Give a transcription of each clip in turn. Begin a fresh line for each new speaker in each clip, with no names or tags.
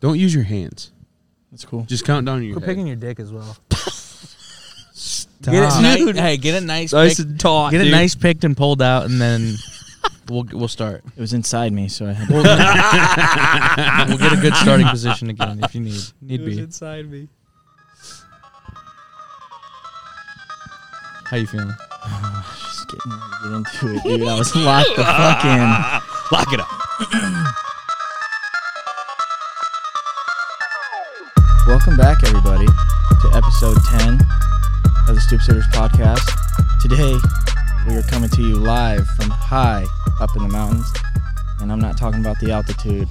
Don't use your hands.
That's cool.
Just count down your
Quit
head.
picking your dick as well.
Get
Ah.
it
Stop.
nice. Hey, get it nice.
Nice
pick-
and taut.
Get it
dude.
nice picked and pulled out, and then we'll we'll start.
It was inside me, so I had.
We'll, we'll get a good starting position again if you need need be.
inside me.
How you feeling?
Just getting get into it, dude. I was locked the fucking.
Lock it up.
Welcome back, everybody, to episode ten of the Stoop Sitters podcast. Today, we are coming to you live from high up in the mountains, and I'm not talking about the altitude.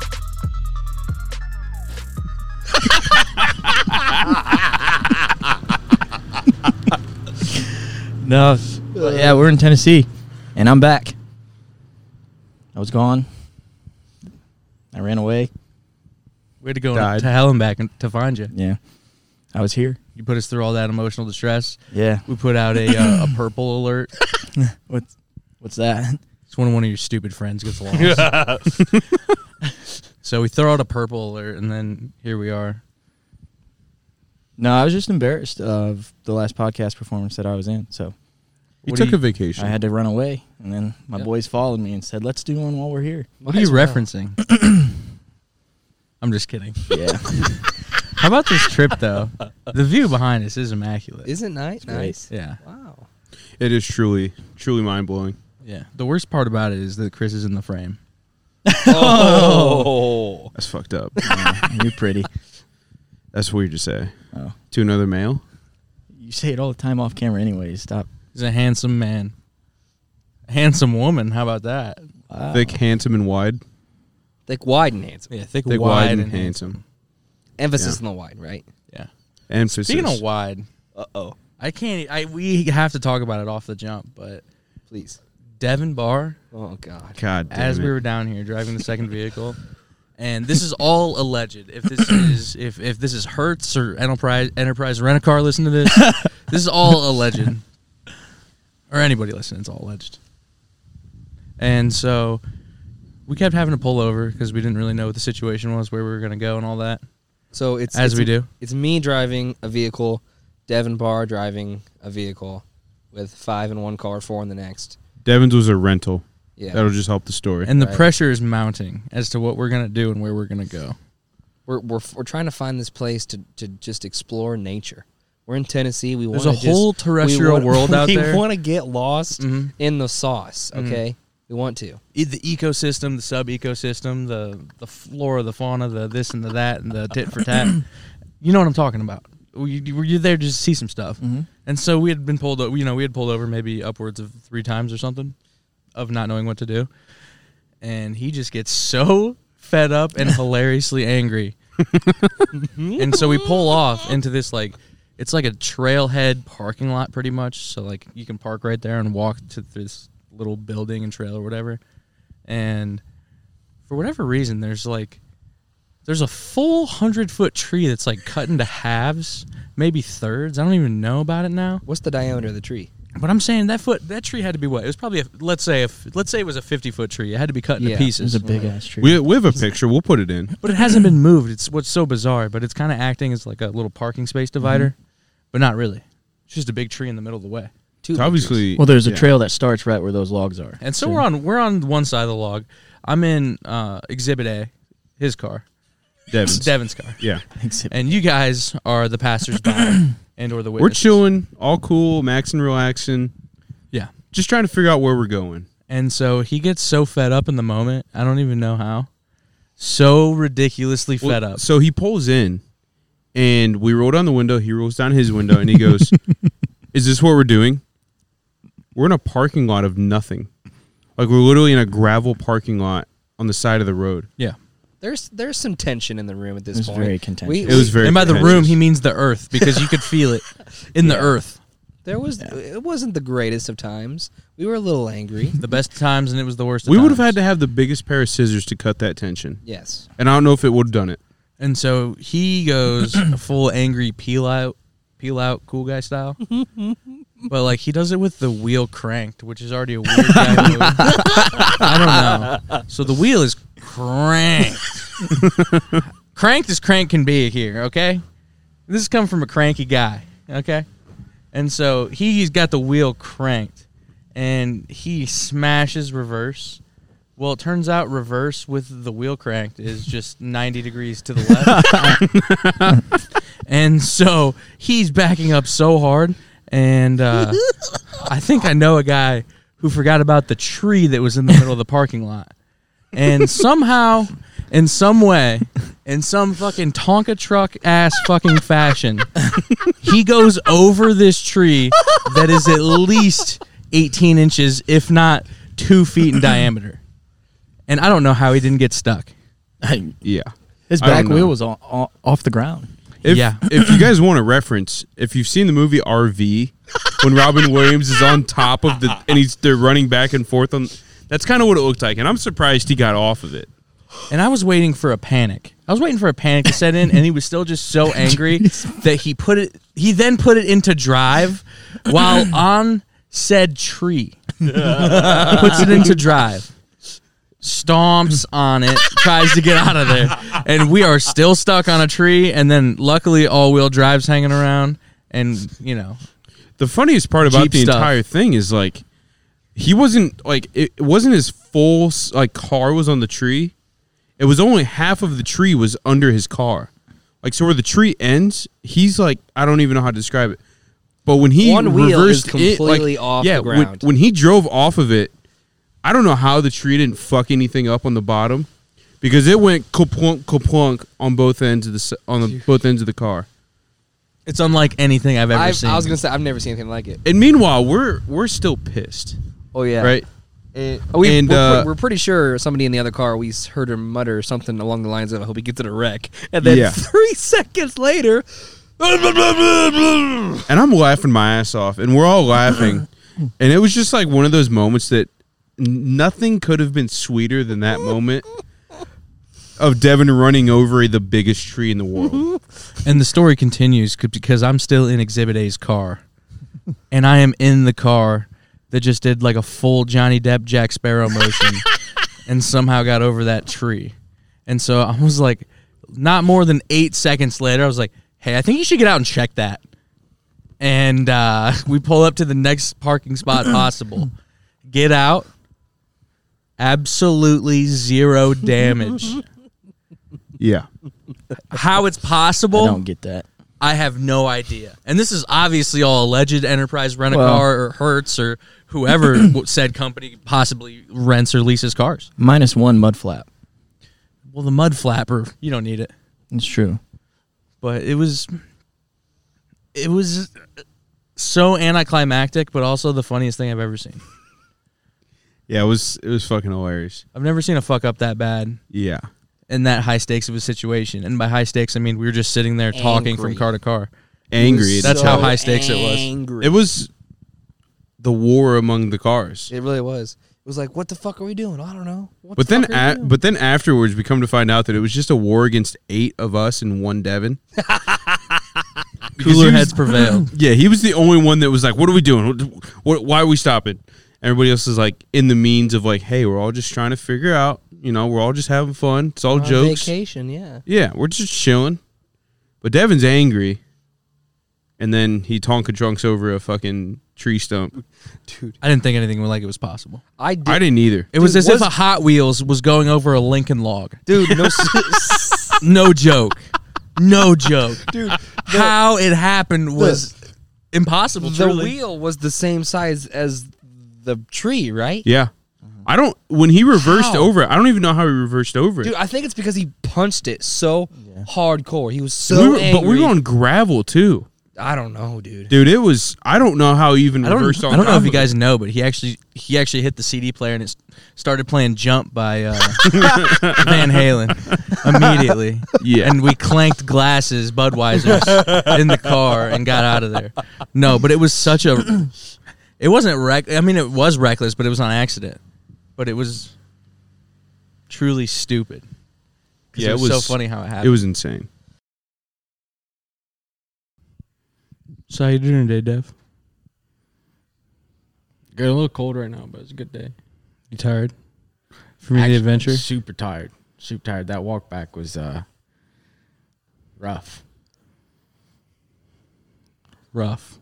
no, But yeah, we're in Tennessee, and I'm back. I was gone. I ran away.
Way to go
Died.
to hell and back and to find you.
Yeah, I was here.
You put us through all that emotional distress.
Yeah.
We put out a uh, a purple alert.
What's what's that?
It's when one of your stupid friends gets lost. so we throw out a purple alert, and then here we are.
No, I was just embarrassed of the last podcast performance that I was in, so
You
What do
took
you-
a vacation.
I had to run away. And then my
Yeah.
boys followed me and said, "Let's do one while we're here."
What are you referencing? I'm just kidding.
Yeah,
How about this trip though? The view behind us is immaculate.
Is it nice?
great.
Nice.
yeah,
Wow.
it is truly, truly mind blowing.
yeah. The worst part about it is that Chris is in the frame.
Oh.
That's fucked up.
you're pretty.
That's weird to say
Oh,
to another male.
you say it all the time off camera, anyways. Stop.
He's a handsome man, a handsome woman. How about that?
Wow.
Thick, handsome, and wide.
Like wide and handsome.
Yeah, thick,
Thick, wide, and, handsome.
Emphasis on the wide, right?
Yeah.
Emphasis.
Speaking of wide,
Uh oh.
I can't. e, I we have to talk about it off the jump, but
Please.
Devin Barr
Oh God.
God damn
as
it.
we were down here driving the second vehicle. And this is all alleged. If this is if, if this is Hertz or Enterprise Enterprise Rent a Car, listen to this. this is all alleged, or anybody listening, it's all alleged. And so we kept having to pull over because we didn't really know what the situation was, where we were gonna go, and all that.
So it's
As
it's-
we do.
It's me driving a vehicle, Devin Barr driving a vehicle, with five in one car, four in the next.
Devin's was a rental.
Yeah.
That'll just help the story.
And the
Right.
pressure is mounting as to what we're gonna do and where we're gonna go.
we're, we're we're trying to find this place to to just explore nature. We're in Tennessee. We
There's
wanna
a whole
just,
terrestrial
wanna-
world out there. Mm-hmm.
We want to get lost
Mhm.
in the sauce. Okay, we want to.
e- the ecosystem, the sub ecosystem, the the flora, the fauna, the this and the that, and the tit for tat. you know what I'm talking about. You, were you there just to see some stuff? And so we had been pulled. o- You know, we had pulled over maybe upwards of three times or something, of not knowing what to do. And he just gets so fed up and hilariously angry. and so we pull off into this like it's like a trailhead parking lot pretty much. So like you can park right there and walk to this little building and trail or whatever. And for whatever reason, there's like there's a full hundred foot tree that's like cut into halves, maybe thirds. I don't even know about it now.
What's the diameter of the tree?
But I'm saying that foot that tree had to be what? It was probably a, let's say if let's say it was a fifty foot tree. It had to be cut into
Yeah.
It was
pieces.
a big ass tree.
we, we have a picture. We'll put it in.
But it hasn't been moved. It's what's so bizarre, but it's kind of acting as like a little parking space
Mm-hmm.
divider, but not really. It's just a big tree in the middle of the way.
Two
It's
meters.
obviously.
well, there's a
yeah.
trail that starts right where those logs are.
And so we're on we're on one side of the log. I'm in uh, Exhibit A, his car,
Devin's.
Devin's car,
Yeah.
Exhibit-
and you guys are the passersby and or the
We're
witnesses.
chilling, all cool, maxing, relaxing.
Yeah.
Just trying to figure out where we're going.
And so he gets so fed up in the moment. I don't even know how. So ridiculously fed
Well,
up.
So he pulls in, and we roll down the window. He rolls down his window, and he goes, "Is this what we're doing? We're in a parking lot of nothing. Like we're literally in a gravel parking lot on the side of the road.
Yeah.
There's there's some tension in the room at this
It was
point.
very
We-
contentious.
It was very.
and by the room, he
contentious.
means the earth because you could feel it in the earth.
there was it wasn't the greatest of times. We were a little angry.
The best times and it was the worst. of
We would have had
times.
to have the biggest pair of scissors to cut that tension,
yes.
and I don't know if it would have done it.
And so he goes full angry peel out, peel out, cool guy style. but like he does it with the wheel cranked, which is already a weird guy move. I don't know. So the wheel is cranked, cranked as crank can be here, okay? This is coming from a cranky guy, okay? And so he's got the wheel cranked and he smashes reverse. Well, it turns out reverse with the wheel cranked is just 90 degrees to the left. and so he's backing up so hard. And uh, I think I know a guy who forgot about the tree that was in the middle of the parking lot. And somehow, in some way, in some fucking Tonka truck ass fucking fashion, he goes over this tree that is at least 18 inches, if not two feet in diameter. And I don't know how he didn't get stuck.
Yeah.
His
I don't
back
know.
wheel was on, on, off the ground.
If,
Yeah.
if you guys want a reference, if you've seen the movie RV, when Robin Williams is on top of the and he's they're running back and forth on, that's kind of what it looked like, and I'm surprised he got off of it.
And I was waiting for a panic. I was waiting for a panic to set in, and he was still just so angry that he put it. He then put it into drive while on said tree. Puts it into drive. Stomps on it, tries to get out of there, and we are still stuck on a tree. And then, luckily, all-wheel drive's hanging around, and you know,
The funniest part about
Jeep
the
stuff.
entire thing is like he wasn't like it it wasn't his full s- like car was on the tree. It was only half of the tree was under his car. Like so where the tree ends, he's like I don't even know how to describe it. But when he
One wheel is
reversed it, like-
completely off
yeah,
the
when-
ground.
when he drove off of it, I don't know how the tree didn't fuck anything up on the bottom because it went kaplunk kaplunk on both ends of the s- on the, both ends of the car.
it's unlike anything I've ever
I've,
seen.
I was gonna say I've never seen anything like it.
And meanwhile, we're we're still pissed,
Oh yeah,
right?
And, Oh, we,
and,
we're,
uh,
we're pretty sure somebody in the other car we heard her mutter something along the lines of "I hope he gets in a wreck," and then
Yeah.
three seconds later,
And I'm laughing my ass off, and we're all laughing, and it was just like one of those moments that n- nothing could have been sweeter than that moment of Devin running over the biggest tree in the world.
And the story continues c- because I'm still in Exhibit A's car, and I am in the car that just did like a full Johnny Depp Jack Sparrow motion, and somehow got over that tree. And so I was like, not more than eight seconds later, I was like, "Hey, I think you should get out and check that." And uh, we pull up to the next parking spot possible, get out, absolutely zero damage.
Yeah,
How it's
I
possible?
don't get that.
I have no idea. And this is obviously all alleged Enterprise Rent a
Well-
Car or Hertz or whoever w- said company possibly rents or leases cars.
Minus one mud flap.
Well, the mud flapper, you don't need it.
It's true.
But it was, it was so anticlimactic, but also the funniest thing I've ever seen.
yeah, it was it was fucking hilarious.
I've never seen a fuck up that bad
Yeah,
in that high stakes of a situation. And by high stakes, I mean we were just sitting there talking
Angry.
from car to car.
angry.
That's
That's
how high stakes it was.
Angry.
it was. The war among the cars.
It really was. It was like, what the fuck are we doing? I don't know. What
But
the
then,
fuck are we
a-
doing?
but then afterwards, we come to find out that it was just a war against eight of us and one Devin.
Cooler
he was-
heads prevailed.
Yeah, he was the only one that was like, "What are we doing? What, what, why are we stopping?" Everybody else is like in the means of like, "Hey, we're all just trying to figure out. You know, we're all just having fun. It's all
On
jokes.
vacation, yeah.
Yeah, we're just chilling." But Devin's angry, and then he Tonka drunks over a fucking tree stump.
Dude,
I didn't think anything like it was possible.
I did.
I didn't either.
It was
Dude,
as
was-
if a Hot Wheels was going over a Lincoln log.
dude, no, s-
No joke. No joke.
dude.
How it happened was impossible.
The
truly.
wheel was the same size as the tree, right?
Yeah,
Mm-hmm.
I don't. When he reversed
How?
over, it, I don't even know how he reversed over. it.
Dude, I think it's because he punched it so hardcore. He was so
We were-
angry.
but we were on gravel too,
I don't know, dude.
dude. It was. I don't know how he even
I don't,
reversed on.
I don't know
top
if you
of it.
guys know, but he actually he actually hit the CD player and it s- started playing "Jump" by uh, Van Halen immediately.
Yeah.
and we clanked glasses, Budweisers, in the car and got out of there. No, but it was such a. It wasn't reck. I mean, it was reckless, but it was on accident. But it was truly stupid. 'Cause
Yeah,
it
it
was,
was-
so funny how it happened.
It was insane.
So how you doing today, Dev?
Got a little cold right now, but it's a good day.
You tired? From the
Actually,
adventure?
Super tired. Super tired. That walk back was uh
Rough.
Rough.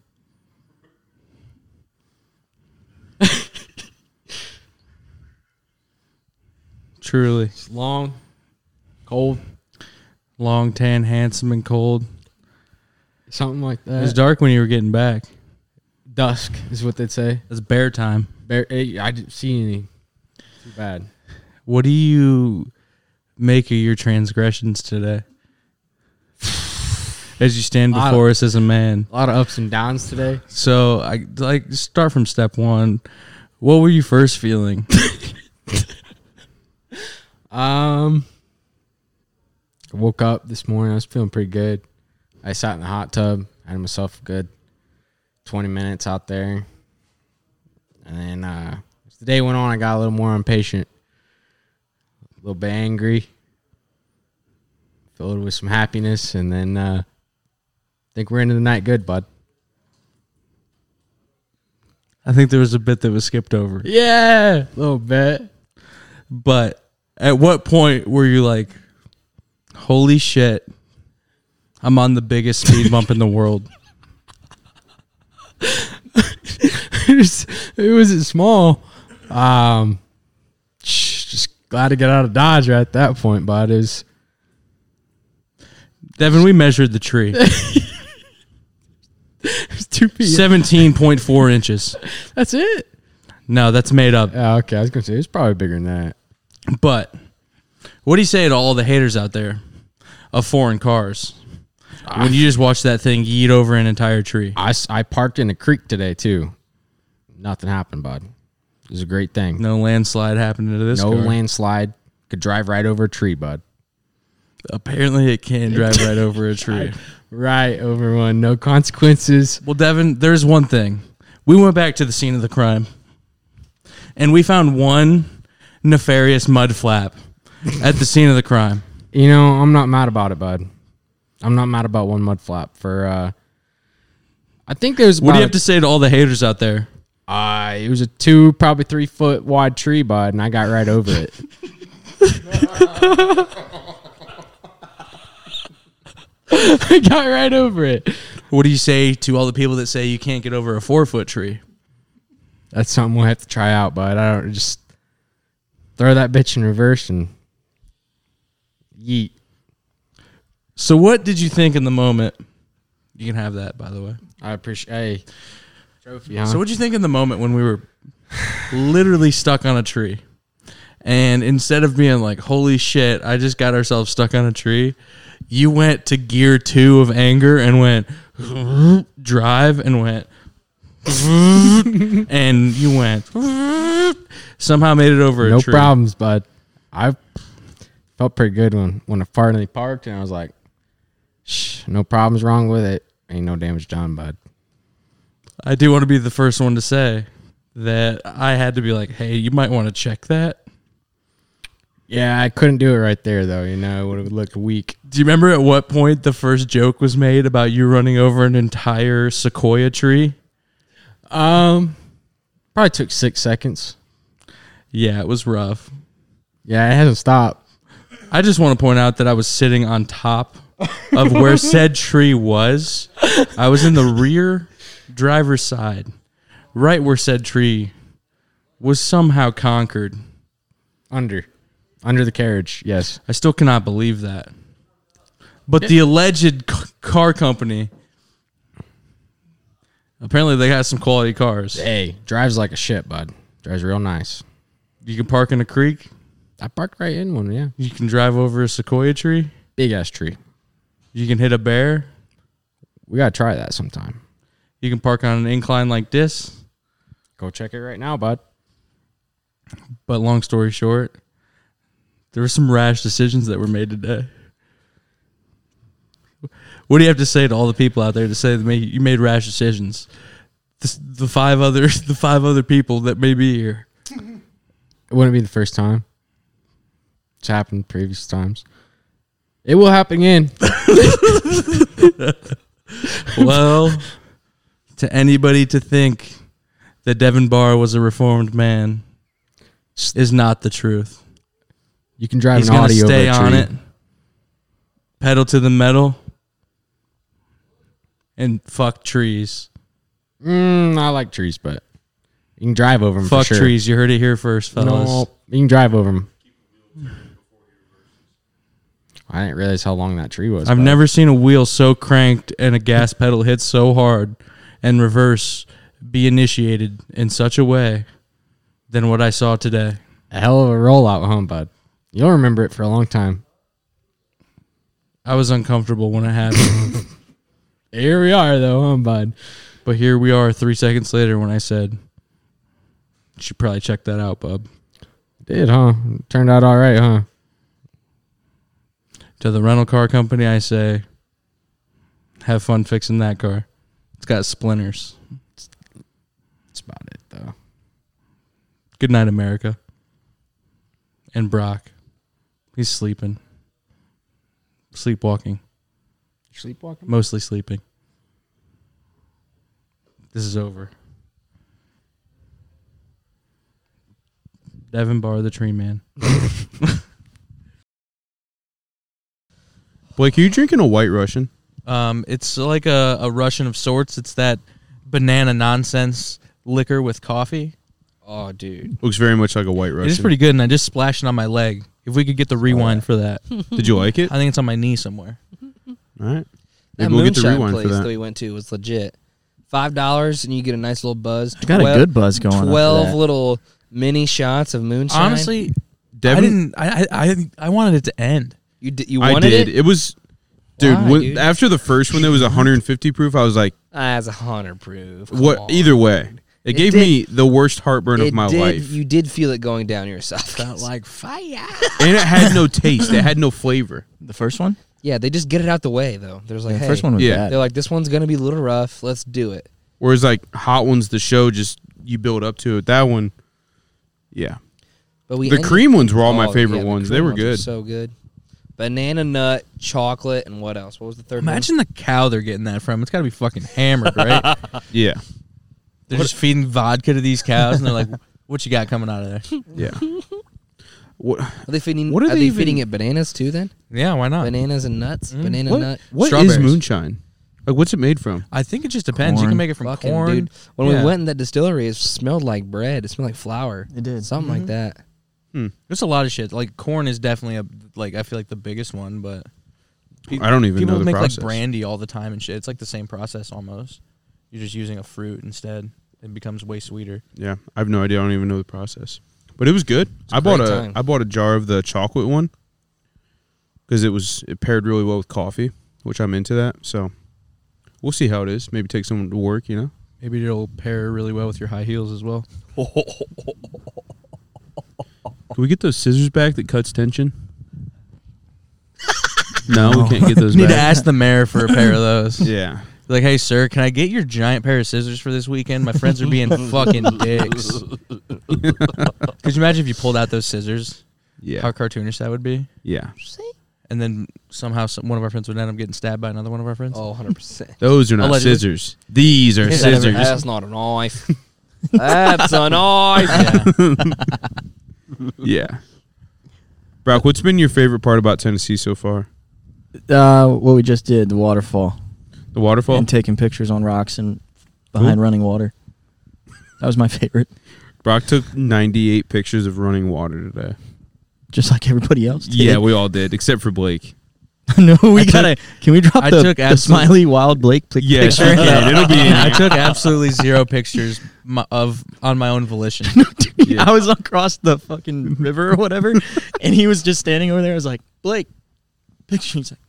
Truly.
It's long, cold,
Long, tan, handsome, and cold.
something like
It was
that.
dark when you were getting back.
Dusk is what they'd say.
It's bear time.
Bear, eh, I didn't see any. Too bad.
What do you make of your transgressions today? As you stand
I-
before us as a man.
A lot of ups and downs today.
So I like start from step one. What were you first feeling?
Um, I woke up this morning. I was feeling pretty good. I sat in the hot tub. Had myself a good twenty minutes out there, and then uh, as the day went on, I got a little more impatient, a little bit angry, filled with some happiness, and then uh, I think we're into the night good, bud.
I think there was a bit that was skipped over.
Yeah, a little bit.
But at what point were you like, holy shit, I'm on the biggest speed bump in the world?
it was it wasn't small. Um, just glad to get out of Dodge right at that point, but it was
Devin, we measured the tree
it was two feet.
17.4 inches.
That's it.
No, that's made up.
Yeah, okay, I was gonna say it's probably bigger than that.
But what do you say to all the haters out there of foreign cars when you just watch that thing yeet over an entire tree?
I, s- I parked in a creek today too. Nothing happened, bud. It was a great thing.
No landslide happening to this
No
car.
landslide. Could drive right over a tree, bud.
Apparently, it can drive right over a tree.
Right over one. No consequences.
Well, Devin, there's one thing. We went back to the scene of the crime, and we found one nefarious mud flap at the scene of the crime.
You know, I'm not mad about it, bud. I'm not mad about one mud flap for. uh I think there's.
What do
about
you
a-
have to say to all the haters out there?
Uh, it was a two, probably three foot wide tree, bud, and I got right over it. I got right over it.
What do you say to all the people that say you can't get over a four foot tree?
That's something we'll have to try out, bud. I don't just throw that bitch in reverse and yeet.
So, what did you think in the moment? You can have that, by the way.
I appreciate. Hey, trophy, huh?
So, what did you think in the moment when we were literally stuck on a tree? And instead of being like, holy shit, I just got ourselves stuck on a tree, you went to gear two of anger and went drive and went and you went somehow made it over a
no
tree.
problems, bud. I felt pretty good when when I finally parked, and I was like, "Shh, no problems wrong with it. Ain't no damage done, bud."
I do want to be the first one to say that I had to be like, hey, you might want to check that.
Yeah, I couldn't do it right there though. You know, it would have looked weak.
Do you remember at what point the first joke was made about you running over an entire sequoia tree?
Um, probably took six seconds.
Yeah, it was rough.
Yeah, it hasn't stopped.
I just want to point out that I was sitting on top of where said tree was. I was in the rear driver's side, right where said tree was somehow conquered.
Under, under the carriage. Yes.
I still cannot believe that. But the alleged c- car company apparently they got some quality cars.
Hey, drives like a shit, bud. Drives real nice.
You can park in a creek,
I parked right in one. Yeah,
you can drive over a sequoia tree,
big ass tree.
you can hit a bear,
We gotta try that sometime.
you can park on an incline like this.
Go check it right now, bud.
But long story short, there were some rash decisions that were made today. What do you have to say to all the people out there to say that may- you made rash decisions? This, the five other the five other people that may be here.
It wouldn't be the first time. It's happened previous times. It will happen again.
Well, to anybody to think that Devin Barr was a reformed man is not the truth.
You can drive
He's
an
going to
audio
stay on it, pedal to the metal, and fuck trees.
Mm, I like trees, but you can drive over them.
Fuck
for sure.
trees. You heard it here first, fellas.
No, you can drive over them. I didn't realize how long that tree was.
I've
but
never seen a wheel so cranked and a gas pedal hit so hard and reverse be initiated in such a way than what I saw today.
a hell of a rollout home, bud. You'll remember it for a long time.
I was uncomfortable when it happened.
Here we are, though, home, bud.
but here we are three seconds later when I said, "You should probably check that out, bub.
Did huh? Turned out all right, huh?
To the rental car company, I say, have fun fixing that car. It's got splinters.
That's about it, though.
Good night, America. And Brock. He's sleeping. Sleepwalking.
Sleepwalking.
Mostly sleeping. This is over. Devin Barr, the tree man.
Blake, are you drinking a White Russian?
Um, it's like a, a Russian of sorts. It's that banana nonsense liquor with coffee.
Oh, dude.
Looks very much like a White Russian.
It is pretty good, and I just splashed it on my leg. If we could get the rewind for that,
Did you like it?
I think it's on my knee somewhere.
All right.
That
Maybe we'll get the
moonshine
rewind for
place
that.
that. we went to was legit. Five dollars and you get a nice little buzz.
I got a good buzz going. after
Twelve
that.
little mini shots of moonshine.
Honestly,
Devin,
I didn't. I, I I- I wanted it to end.
you d- you
I
wanted
did.
it.
It, was, dude,
Why,
when,
dude?
After the first one, that was 150 proof. I was like,
Ah, That's a hunter proof. Come
what?
on.
Either way, it,
It
gave
did-
me the worst heartburn
It
of my
did-
life,
You did feel it going down your esophagus.
like fire.
and it had no taste. It had no flavor.
the first one.
yeah, they just get it out the way though. There's like
the
hey,
first one was
yeah.
bad.
They're like, this one's gonna be a little rough. Let's do it.
Whereas like hot ones, the show just you build up to it. That one, yeah.
But we
The
ended-
cream ones were all my
Oh,
favorite
yeah, the
ones.
cream
They were good.
so good. Banana nut, chocolate, and what else? What was the third?
Imagine the cow they're getting that from. It's got to be fucking hammered, right?
yeah,
they're just feeding vodka to these cows, and they're like, "What you got coming out of there?"
yeah. What,
one? Are they feeding?
What
What
are
are,
they
they,
even-
feeding it bananas too? Then
Yeah, why not?
bananas and nuts. Banana
what,
nut.
what is
Mm. Strawberries.
moonshine? Like, what's it made from?
I think it just depends. You
Corn.
can make it from
Fucking
corn.
dude. When
Yeah.
we went in that distillery, it smelled like bread. It smelled like flour.
It did.
Something like that.
There's a lot of shit. Like corn is definitely a like I feel like the biggest one, but pe-
I don't even
people
know the
make
process.
like brandy all the time and shit. It's like the same process almost. You're just using a fruit instead. It becomes way sweeter.
Yeah, I have no idea. I don't even know the process, but it was good. I bought
great
a I
time.
bought a jar of the chocolate one because it was it paired really well with coffee, which I'm into that. So we'll see how it is. Maybe take someone to work. You know,
Maybe it'll pair really well with your high heels as well.
can we get those scissors back that cuts tension? no, we can't get those
Need to
back.
ask the mayor for a pair of those.
Yeah,
Like, hey sir, can I get your giant pair of scissors for this weekend? My friends are being fucking dicks. Could you imagine if you pulled out those scissors?
yeah,
How cartoonish that would be.
yeah.
And then somehow some, one of our friends would end up getting stabbed by another one of our friends.
Oh, 100 percent.
Those are not
Allegedly.
scissors. These are scissors.
That's not a knife. That's a knife.
Yeah. Brock, what's been your favorite part about Tennessee so far?
Uh, what we just did, the waterfall,
The waterfall.
and taking pictures on rocks and behind running water. That was my favorite,
Brock took 98 pictures of running water today.
just like everybody else. Did.
Yeah, we all did, except for Blake.
no, we
I took-
gotta. can we drop
I
the,
took
the
absolute-
smiley wild Blake pic-
Yeah,
picture?
sure can. It'll be in
I
there.
took absolutely zero pictures my, of on my own volition.
Dude,
Yeah.
I was across the fucking river or whatever, and he was just standing over there. I was like, Blake, picture. He's like,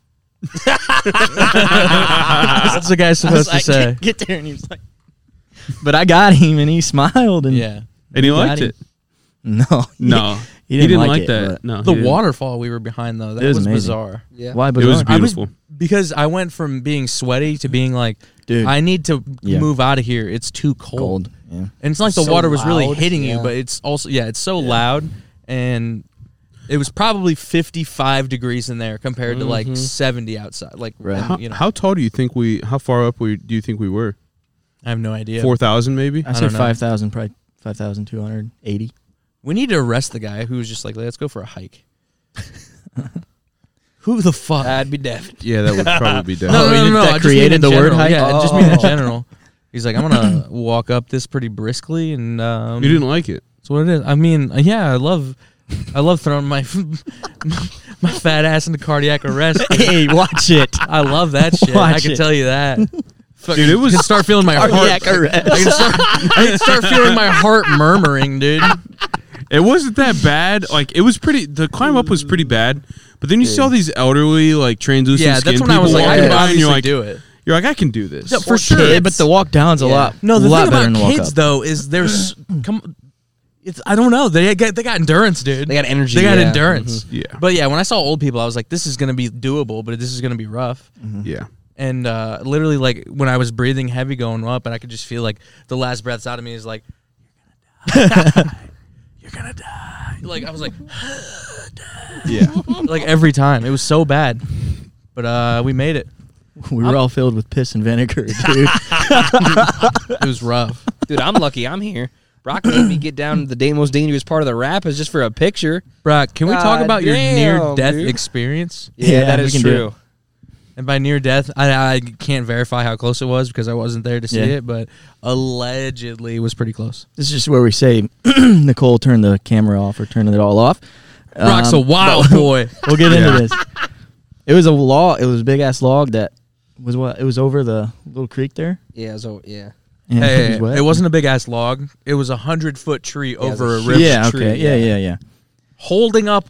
That's what the guy's
I was
supposed
like,
to say.
Get, get there, and he was like, but I got him, and he smiled, and
Yeah.
And he
Got
liked
him.
it.
no,
No,
he didn't, like, it,
that.
but-
No,
The
he didn't.
waterfall we were behind though, that
It was
was,
amazing.
bizarre.
Yeah.
Why?
It was
bizarre?
beautiful.
Because I went from being sweaty to being like,
Dude.
I need to
Yeah.
move out of here. It's too cold.
Cold. Yeah.
And it's not like the
So
water was really
loud.
hitting you,
Yeah.
but it's also yeah, it's so loud and it was probably 55 degrees in there compared to like 70 outside. Like
Mm-hmm. Right.
How,
and, you know,
how tall do you think we? How far up we do you think we were?
I have no idea.
Four thousand, maybe.
I
don't
said
know.
five thousand, probably five thousand two hundred eighty.
We need to arrest the guy who was just like, let's go for a hike. Who the fuck?
I'd be deaf.
Yeah, that would probably be
no,
dead.
Uh, Oh, you
no, no,
just-
no,
that
I just
created
mean in
the word
general.
hype?
Yeah, I just mean in
Oh.
general. He's like, I'm gonna walk up this pretty briskly, and um,
you didn't like it.
That's what it is. I mean, uh, yeah, I love, I love throwing my my fat ass into cardiac arrest.
hey, watch it.
I love that shit. I
Watch
can
it.
tell you that.
Dude, it was-
I can start feeling my heart. I can start, I can start feeling my heart murmuring, dude.
It wasn't that bad. Like it was pretty. The climb up was pretty bad. But then you saw these elderly, like translucent
Yeah,
skin
that's when
people
I was like, I
walking
can
by, and
obviously
you're like,
do it.
you're like, I can do this.
Yeah, for
Or
sure.
kid, but the walk down's a
Yeah.
lot.
No, the
lot better than
thing
the
about
walk
kids
up.
though is there's come. It's I don't know. They got they got endurance, dude.
They got energy.
They got
yeah.
endurance.
Yeah,
But yeah, when I saw old people, I was like, this is gonna be doable, but this is gonna be rough.
yeah.
And uh, literally, like when I was breathing heavy going up, and I could just feel like the last breaths out of me is like, you're gonna die, you're gonna die. Like I was like,
Yeah.
like every time it was so bad, but uh, we made it.
We were all filled with piss and vinegar, dude.
It was rough.
Dude, I'm lucky. I'm here. Brock made me get down to the da- most dangerous part of the rap is just for a picture.
Brock, can we talk
God
about your near
damn,
death
dude.
experience?
Yeah, we can do it.
And by near death, I, I can't verify how close it was because I wasn't there to see
Yeah.
it, but allegedly it was pretty close.
this is just where we say Nicole turned the camera off or turning it all off.
Brock's a
Um,
wild boy.
We'll get into
Yeah.
this. It was a log. It was a big ass log that was what. It was over the little creek there.
Yeah, so yeah.
And
Hey,
it was wet.
it wasn't a big ass log. It was a hundred foot tree
it was
over
a
a
huge-
river,
Yeah.
tree,
Okay. Yeah.
yeah.
Yeah. Yeah.
holding up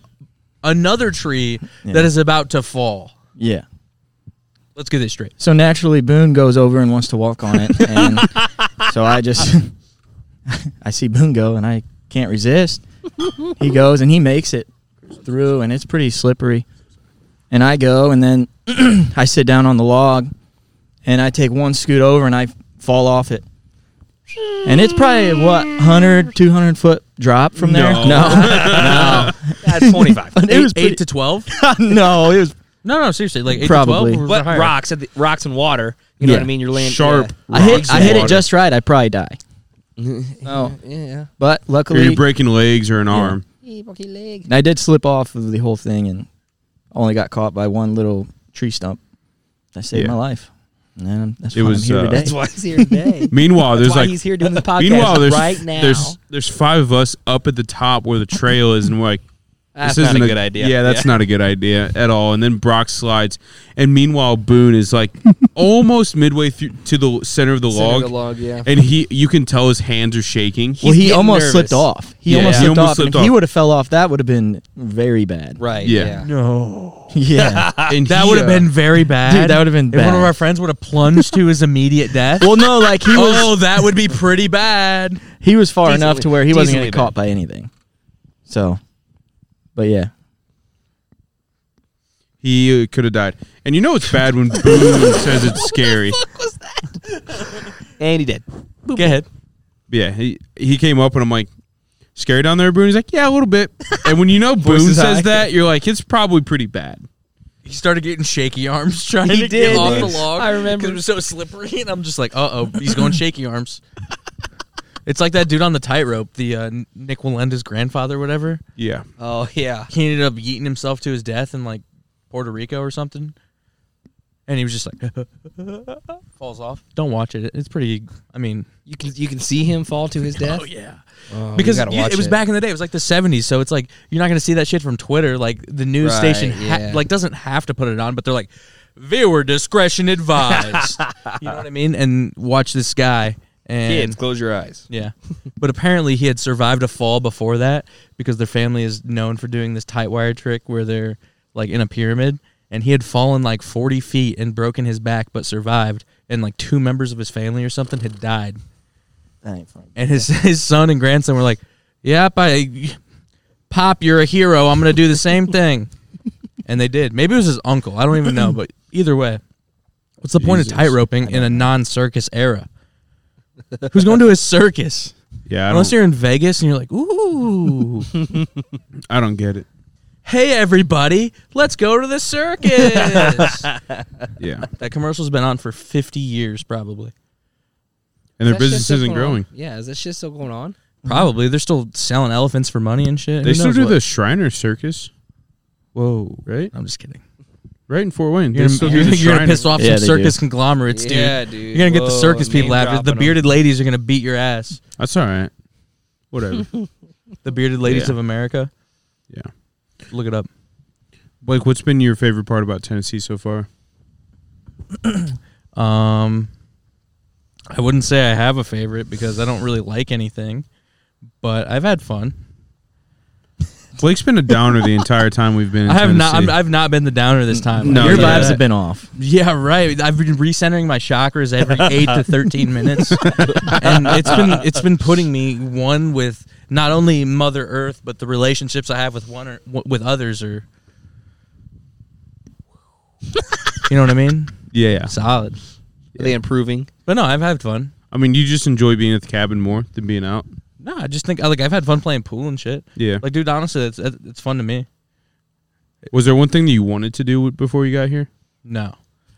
another tree
Yeah.
that is about to fall.
Yeah.
Let's get this straight.
So naturally, Boone goes over and wants to walk on it, and so I just I see Boone go, and I can't resist. He goes and he makes it through, and it's pretty slippery. And I go, and then I sit down on the log, and I take one scoot over, and I fall off it. And it's probably what 100, 200 foot drop from there.
No.
no,
That's 25.
But it
eight,
was
eight
pretty-
to twelve.
no, it was
No, no, seriously, like eight
Probably.
to twelve. or
but
higher.
rocks at the, rocks and water. You know
Yeah.
what I mean? You're laying
Sharp.
I hit
rocks
I
in
hit
water.
it just right. I probably die,
Yeah.
Oh.
yeah, yeah.
but
Or
luckily
you're breaking legs or an arm.
And I did slip off of the whole thing and only got caught by one little tree stump. That saved
Yeah.
my life. And then that's
It
why
was,
I'm here
uh,
today.
That's why he's here today.
Meanwhile,
That's
there's
why
like
he's here doing this podcast
meanwhile there's
right now.
there's there's five of us up at the top where the trail is, and we're like.
That's
this
not
isn't
a good idea.
Yeah, that's not a good idea at all. And then Brock slides, and meanwhile Boone is like almost midway through to the center of the
Center of
log,
the log, yeah.
and he you can tell his hands are shaking.
well,
he's
he
getting
almost
nervous.
slipped off. He
Yeah.
almost
He
slipped
almost
off. and
slipped
if he
off.
would have fell off, that would have been very bad.
right.
Yeah.
Yeah.
no,
Yeah.
and
that
he,
would have
uh,
been very bad.
Dude, that would have been
If one of
bad.
our friends would have plunged to his immediate death.
well, no, like he was
oh, that would be pretty bad.
Oh,
he was far enough
decently-
to where he wasn't going to
decently
get caught by anything. So, but yeah,
he could have died. And you know it's bad when Boone says it's scary.
And he did.
Go ahead.
Yeah, he he came up and I'm like, scared down there, Boone. He's like, yeah, a little bit. And when you know Boone
Voices
says
high.
that, you're like, it's probably pretty bad.
He started getting shaky arms trying
He
to
did,
get off
dude.
the log.
I remember.
'cause it was so slippery, and I'm just like, uh oh, he's going shaky arms. It's like that dude on the tightrope, the uh, Nick Walenda's grandfather, whatever.
Yeah,
Oh yeah.
He ended up yeeting himself to his death in like Puerto Rico or something, and he was just like falls off. Don't watch it; it's pretty. I mean,
You can you can see him fall to his death.
oh yeah,
Oh, you
because
gotta
you-
watch
it was back in the day. It was like the '70s, so it's like you're not gonna see that shit from Twitter. Like the news
Right,
station, ha-
yeah.
like doesn't have to put it on, but they're like, viewer discretion advised. you know what I mean? And watch this guy. And
Kids, close your eyes.
yeah, but apparently he had survived a fall before that because their family is known for doing this tight wire trick where they're like in a pyramid, and he had fallen like 40 feet and broken his back, but survived. And like two members of his family or something had died
that ain't funny.
and his his son and grandson were like, "Yep, I, pop, you're a hero. I'm gonna do the same thing," and they did. Maybe it was his uncle. I don't even know, but either way, what's the point of
Jesus.
tight roping in a non-circus era? Who's going to a circus?
yeah. I
Unless
don't,
you're in Vegas and you're like, "Ooh,
I don't get it.
hey everybody, let's go to the circus."
Yeah,
that commercial's been on for 50 years, probably.
and their
Is that shit
business
still
isn't
going on?
growing.
Yeah, is that shit still going on?
Probably they're still selling elephants for money and shit.
They
Who
still
knows
do
what-
the Shriner Circus,
Whoa!
right?
I'm just kidding.
right in Fort Wayne. They
You're,
still
gonna,
do
you're,
the
you're gonna
shrine.
piss off
Yeah,
some
they
circus conglomerates, dude.
yeah, dude.
You're gonna get the
Whoa,
circus people
name
after. The
dropping 'em.
bearded ladies are gonna beat your ass.
That's all right. Whatever.
The bearded ladies
Yeah.
of America.
yeah.
Look it up.
Blake, what's been your favorite part about Tennessee so far?
Um, I wouldn't say I have a favorite because I don't really like anything, but I've had fun.
Blake's been a downer the entire time we've been. In
I have not.
Tennessee.
I'm, I've not been the downer this time.
No,
I
Your
can tell you
vibes
that.
have been off.
Yeah, right. I've been recentering my chakras every eight to thirteen minutes, and it's been it's been putting me one with not only Mother Earth, but the relationships I have with one or with others are. You know what I mean?
yeah, yeah.
Solid.
Are they improving?
But no, I've had fun.
I mean, you just enjoy being at the cabin more than being out.
No, I just think like I've had fun playing pool and shit.
Yeah.
Like, dude, honestly, it's it's fun to me.
Was there one thing that you wanted to do before you got here?
No.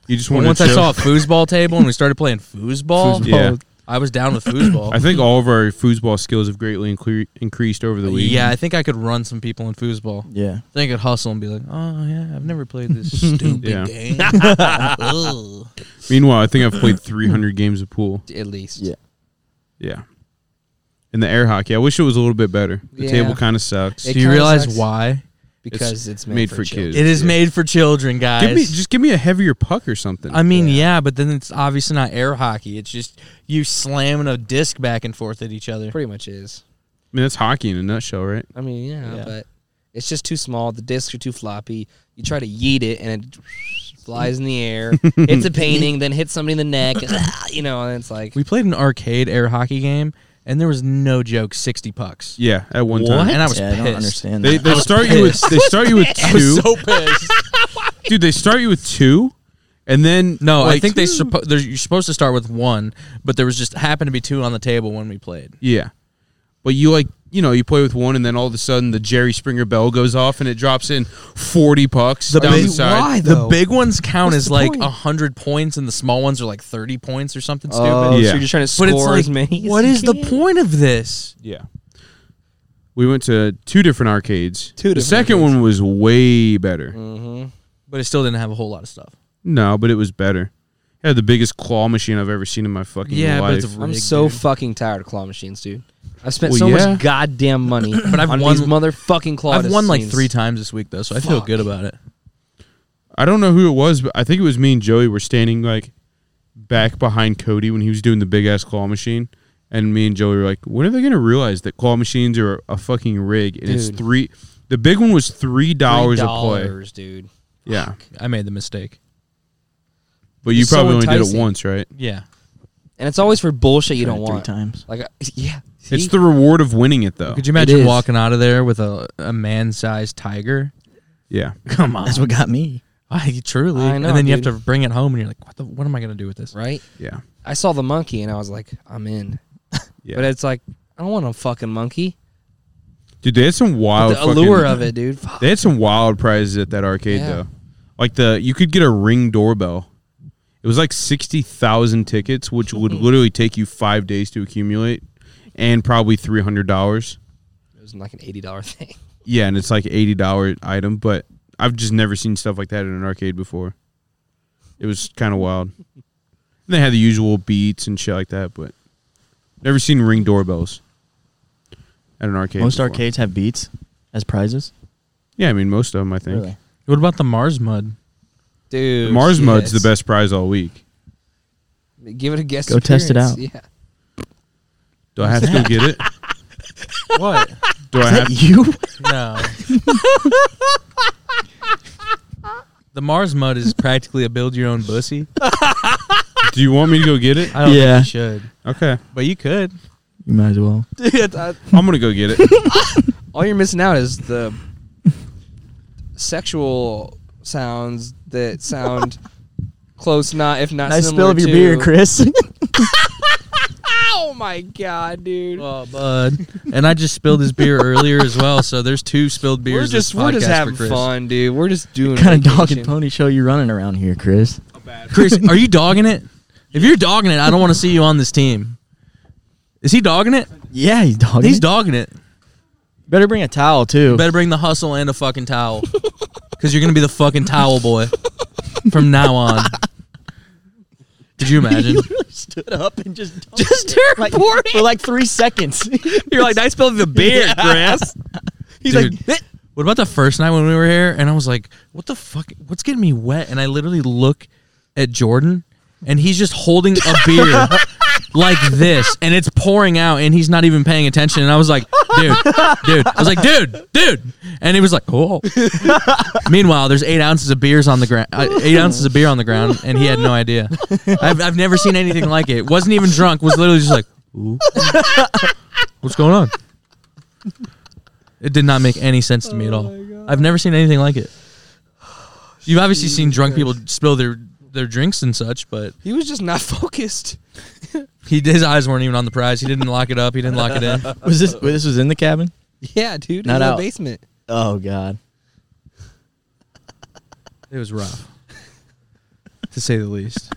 You just
But
wanted.
once
to
I
chill?
saw a foosball table and we started playing foosball,
Yeah.
I was down with foosball.
I think all of our foosball skills have greatly incre- increased over the week.
yeah, I think I could run some people in foosball.
Yeah.
I think I could hustle and be like, oh, yeah, I've never played this stupid
Yeah.
game. Ugh.
Meanwhile, I think I've played 300 games of pool.
At least.
Yeah.
Yeah. And the air hockey, I wish it was a little bit better. The
Yeah.
table kind of sucks.
It
Do you
kinda
realize
sucks
why?
Because it's, made, for, kids.
It is
Yeah.
made for children, guys.
Give me just give me a heavier puck or something.
I mean, yeah. but then it's obviously not air hockey. It's just you slamming a disc back and forth at each other.
Pretty much is.
I mean, that's hockey in a nutshell, right?
I mean, yeah,
Yeah.
but it's just too small. The discs are too floppy. You try to yeet it and it flies in the air, hits a painting, then hits somebody in the neck. you know, and it's like
We played an arcade air hockey game, and there was no joke, sixty pucks.
Yeah, at one
What?
time.
And I was
yeah, I don't
pissed.
understand
They,
that.
they start you with they start you with
I
two.
was so pissed.
Dude, they start you with two and then
No, I
like-
think they suppo- they're- you're supposed to start with one, but there was just happened to be two on the table when we played.
Yeah. But you like you know, you play with one and then all of a sudden the Jerry Springer bell goes off and it drops in forty pucks down the side.
the big ones count
What's
as
the
like
point?
a hundred points, and the small ones are like thirty points or something stupid.
oh,
Yeah.
so you're just trying to
But
score
it's
as
like,
many. as
what
you
is the
can.
point of this?
Yeah. We went to two different arcades.
Two
the
different
second
arcades.
one was way better.
But it still didn't have a whole lot of stuff.
No, but it was better. It had the biggest claw machine I've ever seen in my fucking
Yeah, but
life.
it's
I'm
rigged,
so
dude.
fucking tired of claw machines, dude. I've spent
Well,
so
yeah.
much goddamn money
But I've
on
won-
these motherfucking claw
I've won like
machines.
three times this week though, so I feel good about it.
I don't know who it was, but I think it was me and Joey were standing like back behind Cody when he was doing the big ass claw machine. And me and Joey were like, when are they gonna realize that claw machines are a fucking rig and it's
Dude.
three the big one was three dollars a play.
$3, dude.
Yeah.
I made the mistake.
But you
It's so
probably only did it
enticing.
once, right?
Yeah,
And it's always for bullshit you
Tried
don't
three
want.
times.
Like, I- yeah,
It's
See?
the reward of winning it though.
could you imagine
is.
walking out of there with a, a man sized tiger?
Yeah.
Come on,
That's what got me.
I truly.
I know,
and then you have
dude.
to bring it home, and you're like, what the? What am I gonna do with this?
right.
Yeah.
I saw the monkey and I was like, I'm in.
Yeah.
But it's like, I don't want a fucking monkey.
Dude, they had some
But
wild
the
fucking-
allure of it, dude. Fuck.
They had some wild prizes at that arcade
Yeah.
though. Like the you could get a ring doorbell. It was like sixty thousand tickets, which would
Hmm.
literally take you five days to accumulate, and probably three hundred dollars.
It was like an eighty dollar thing.
Yeah, and it's like eighty dollar item, but I've just never seen stuff like that in an arcade before. It was kind of wild. And they had the usual beats and shit like that, but never seen ring doorbells at an arcade.
Most
before.
arcades have beats as prizes.
yeah, I mean most of them, I think.
Really?
What about the Mars mud?
Dude,
Mars Mud's the
yes.
best prize all week.
Give it a guess.
Go test it out.
Yeah.
Do I have to go get it?
What?
Do I
Is
have?
that you?
No. the Mars mud is practically a build your own bussy.
Do you want me to go get it?
I don't
Yeah.
think you should.
Okay,
But you could.
You might as well.
Dude, I-
I'm gonna go get it.
all you're missing out is the sexual sounds that sound close, not if not
Nice
similar
spill of your
to-
beer, Chris.
Oh my god, dude.
Oh, bud. And I just spilled his beer earlier as well, so there's two spilled
we're
beers.
just
this
we're just
podcast for
having
Chris.
fun, dude. We're just doing
kind of dog and
vacation.
pony show you running around here, Chris.
Chris, are you dogging it? If you're dogging it, I don't want to see you on this team. Is he dogging it?
Yeah, he's dogging.
He's
it.
dogging it.
Better bring a towel too.
Better bring the hustle and a fucking towel. Because you're going to be the fucking towel boy. from now on. Could you imagine?
stood up and just
Just
like,
airporting.
for like three seconds.
You're like, nice spelled the beer, grass.
He's
Dude.
like,
What about the first night when we were here? And I was like, what the fuck? What's getting me wet? And I literally look at Jordan and he's just holding a beer like this and it's pouring out and he's not even paying attention. And I was like, dude, dude. I was like, dude, dude. And he was like, oh. Meanwhile, there's eight ounces of beers on the ground, eight ounces of beer on the ground, and he had no idea. I've, I've never seen anything like it. Wasn't even drunk, was literally just like, ooh. What's going on? It did not make any sense to me at all. I've never seen anything like it. You've obviously seen drunk people spill their their drinks and such, but
He was just not focused.
he his eyes weren't even on the prize. He didn't lock it up. He didn't lock it in.
was this this was in the cabin?
Yeah, dude.
Not
in
out.
the basement.
Oh God.
It was rough, to say the least.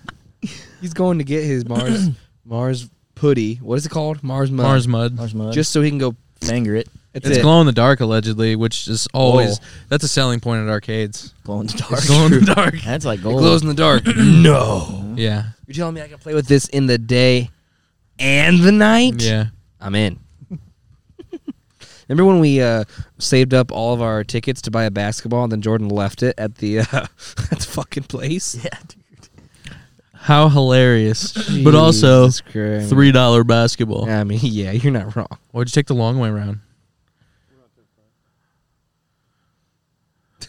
He's going to get his Mars Mars putty. What is it called? Mars mud.
Mars mud.
Mars mud.
Just so he can go.
finger it.
That's
It's
it.
glow in the dark allegedly, which is always that's a selling point at arcades.
Glow in the dark.
Oh. It's glow in the dark.
That's like
It
gold.
glows in the dark. no.
Yeah,
You're telling me I can play with this in the day and the night?
yeah.
I'm in. Remember when we uh, saved up all of our tickets to buy a basketball and then Jordan left it at the uh, at the fucking place? Yeah.
How hilarious, but also three dollar basketball.
I mean, yeah, you're not wrong.
Why'd you take the long way around?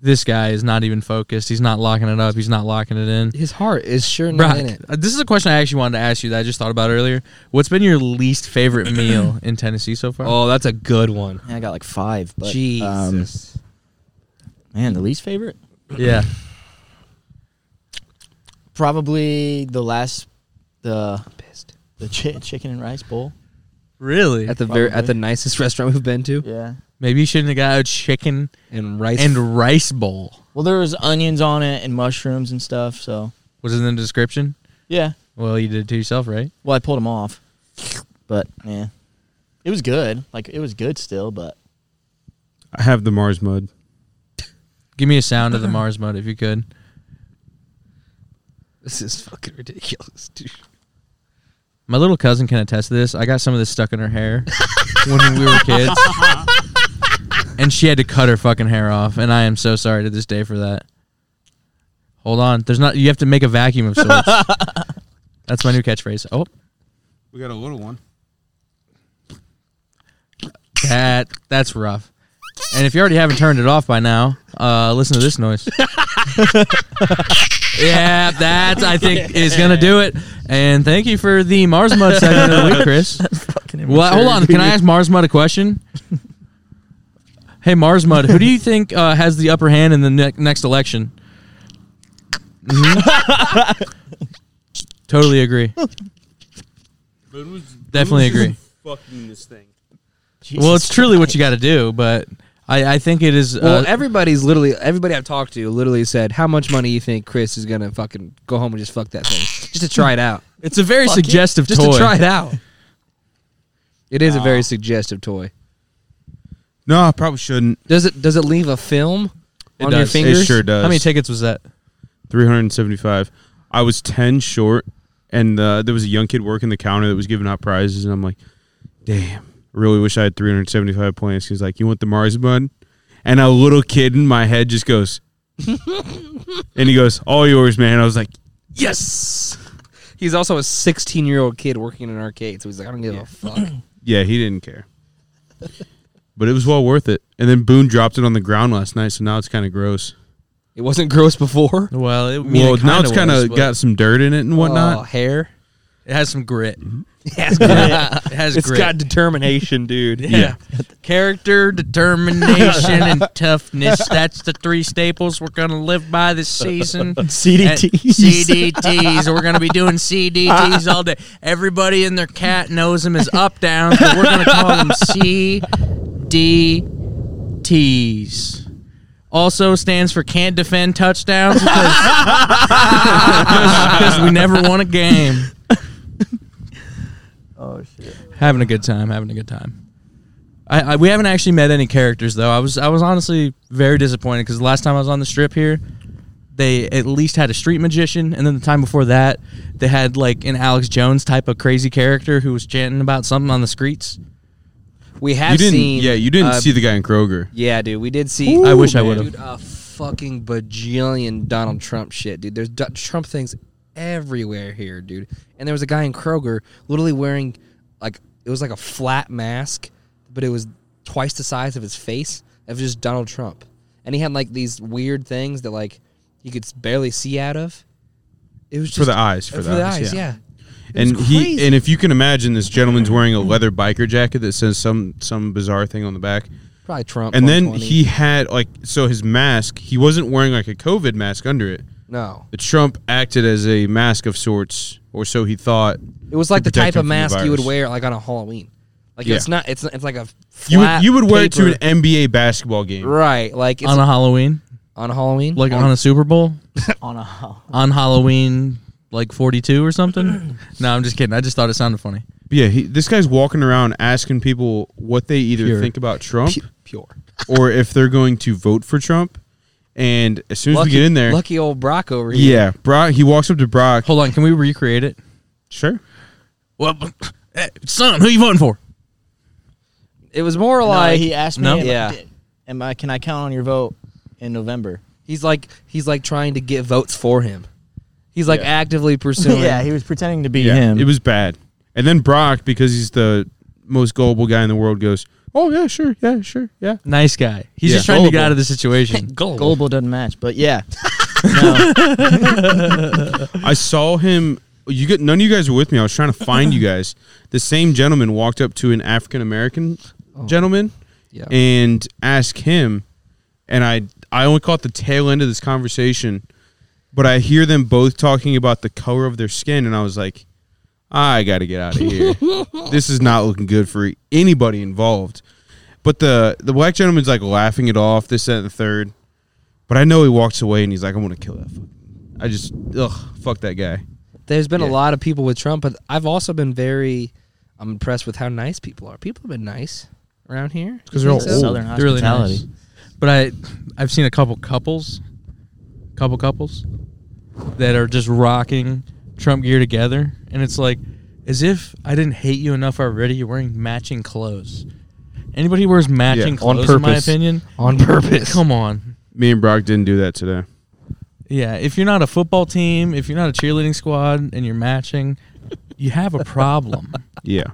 This guy is not even focused. He's not locking it up. He's not locking it in.
His heart is sure not
Brock,
in it.
uh, this is a question I actually wanted to ask you that I just thought about earlier. What's been your least favorite meal in Tennessee so far?
Oh, that's a good one.
Yeah, I got like five. But, um,
Jesus.
man, the least favorite?
Yeah.
Probably the last, the
pissed.
the chi- chicken and rice bowl.
Really?
At the very, at
Probably.
the nicest restaurant we've been to,
Yeah.
Maybe you shouldn't have got a chicken
and rice
and rice bowl.
Well, there was onions on it and mushrooms and stuff. So
Was it in the description?
yeah.
Well, you did it to yourself, right?
Well, I pulled them off, but yeah, it was good. Like it was good still, but
I have the Mars mud.
Give me a sound of the Mars mode if you could.
This is fucking ridiculous, dude.
My little cousin can attest to this. I got some of this stuck in her hair when we were kids. and she had to cut her fucking hair off, and I am so sorry to this day for that. Hold on. There's not you have to make a vacuum of sorts. That's my new catchphrase. Oh,
We got a little one.
that that's rough. And if you already haven't turned it off by now, uh, listen to this noise. yeah, that I think is gonna do it. And thank you for the Mars Mud segment of the week, Chris. Well, hold on. Can I ask Mars Mud a question? hey, Mars Mud, who do you think uh, has the upper hand in the ne- next election? Mhm. totally agree. Definitely agree.
Fucking this thing.
Well, it's truly what you got to do, but I, I think it is.
Well,
uh,
everybody's literally everybody I've talked to literally said, "How much money you think Chris is gonna fucking go home and just fuck that thing just to try it out,
it's a very suggestive
just
toy.
to try it out." It is a very suggestive toy.
No, I probably shouldn't.
Does it does it leave a film
It
on your
does. It
fingers?
It sure does.
How many tickets was that?
375. I was 10 short, and uh, there was a young kid working the counter that was giving out prizes, and I'm like, damn, I really wish I had 375 points. He's like, you want the Mars bud? And a little kid in my head just goes, and he goes, all yours, man. I was like,
Yes. He's also a 16 year old kid working in an arcade, so he's like, "I don't give a fuck."
yeah, he didn't care. But it was well worth it. And then Boone dropped it on the ground last night, so now it's kind of gross.
It wasn't gross before.
Well, it, I mean,
Well,
it
now it's kind
kinda was,
of
but
got some dirt in it and
Oh,
whatnot.
hair.
It has some grit.
Yes.
It has
It's
grit.
got determination, dude.
yeah. Character, determination, and toughness. That's the three staples we're going to live by this season.
CDTs.
CDTs. We're going to be doing CDTs all day. Everybody and their cat knows them as up downs, but we're going to call them CDTs. Also stands for can't defend touchdowns because we never won a game.
Oh shit!
Having a good time. Having a good time. I, I we haven't actually met any characters though. I was I was honestly very disappointed because the last time I was on the strip here, they at least had a street magician, and then the time before that, they had like an Alex Jones type of crazy character who was chanting about something on the streets.
We have
You didn't.
seen.
yeah, you didn't
uh,
see the guy in Kroger.
Yeah, dude, we did see.
I wish I
man.
would've.
Dude, a fucking bajillion Donald Trump shit, dude. There's Do- Trump things everywhere here, dude. And there was a guy in Kroger literally wearing like it was like a flat mask, but it was twice the size of his face of just Donald Trump. And he had like these weird things that like you could s- barely see out of. It was just uh,
For the eyes, for the eyes,
yeah. It was
And he
crazy.
and if you can imagine, this gentleman's wearing a leather biker jacket that says some some bizarre thing on the back.
probably Trump.
And then
120.
he had like so his mask. He wasn't wearing like a COVID mask under it.
no,
The Trump acted as a mask of sorts, or so he thought.
it was like the
to protect
type
him
of
from the
mask you would
virus.
wear like on a Halloween. Like
Yeah.
it's not, it's not, it's like a
You
flat
would you would wear it to
paper-
an NBA basketball game.
Right, like it's
on
on,
a Halloween,
Halloween.
like on a Super Bowl,
on a
on Halloween, like forty-two or something. no, I'm just kidding. I just thought it sounded funny.
Yeah, he, this guy's walking around asking people what they either
Pure.
think about Trump
Pu- pure.
or if they're going to vote for Trump. And as soon as
Lucky,
we get in there,
lucky old Brock over here.
yeah, Brock. He walks up to Brock.
Hold on, can we recreate it?
Sure.
Well, eh, son, who you voting for?
It was more
like
like
he asked me,
No?
am I-
Yeah.
am I can I count on your vote in November?
he's like he's like trying to get votes for him. He's like
Yeah.
actively pursuing.
yeah, he was pretending to be
Yeah,
him.
it was bad. And then Brock, because he's the most gullible guy in the world, goes, "Oh yeah, sure, yeah, sure, yeah."
Nice guy. He's
Yeah.
just trying to get
Gullible.
out of the situation.
Global doesn't match, but yeah. no,
I saw him. You get none of you guys were with me. I was trying to find you guys. The same gentleman walked up to an African American gentleman
Yeah.
and asked him. And I I only caught the tail end of this conversation, but I hear them both talking about the color of their skin, and I was like, I got to get out of here. this is not looking good for anybody involved. But the the black gentleman's like laughing it off. This that, and the third. But I know he walks away and he's like, I'm gonna kill that. Fucking I just ugh, fuck that guy.
There's been
Yeah.
a lot of people with Trump, but I've also been very. I'm impressed with how nice people are. People have been nice around here.
'Cause
You
they're all
think so?
old.
Southern
They're really
hospitality.
nice. But I, I've seen a couple couples, couple couples, that are just rocking Trump gear together, and it's like, as if I didn't hate you enough already. You're wearing matching clothes. Anybody who wears matching
on
clothes, in my
purpose.
opinion,
on purpose.
come on.
Me and Brock didn't do that today.
Yeah, if you're not a football team, if you're not a cheerleading squad, and you're matching, you have a problem.
Yeah.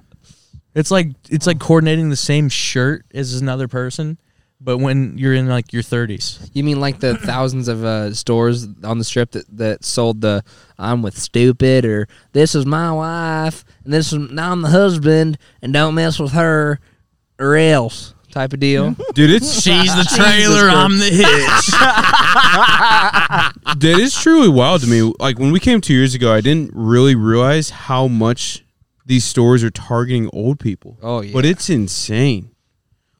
It's like it's like coordinating the same shirt as another person, but when you're in like your 30s.
You mean like the thousands of uh, stores on the strip that, that sold the "I'm with stupid" or "This is my wife" and "This is now I'm the husband" and "Don't mess with her or else" type of deal?
Dude, it's
She's the trailer, I'm the hitch.
that is truly wild to me. Like when we came two years ago, I didn't really realize how much these stores are targeting old people.
Oh, yeah.
But it's insane.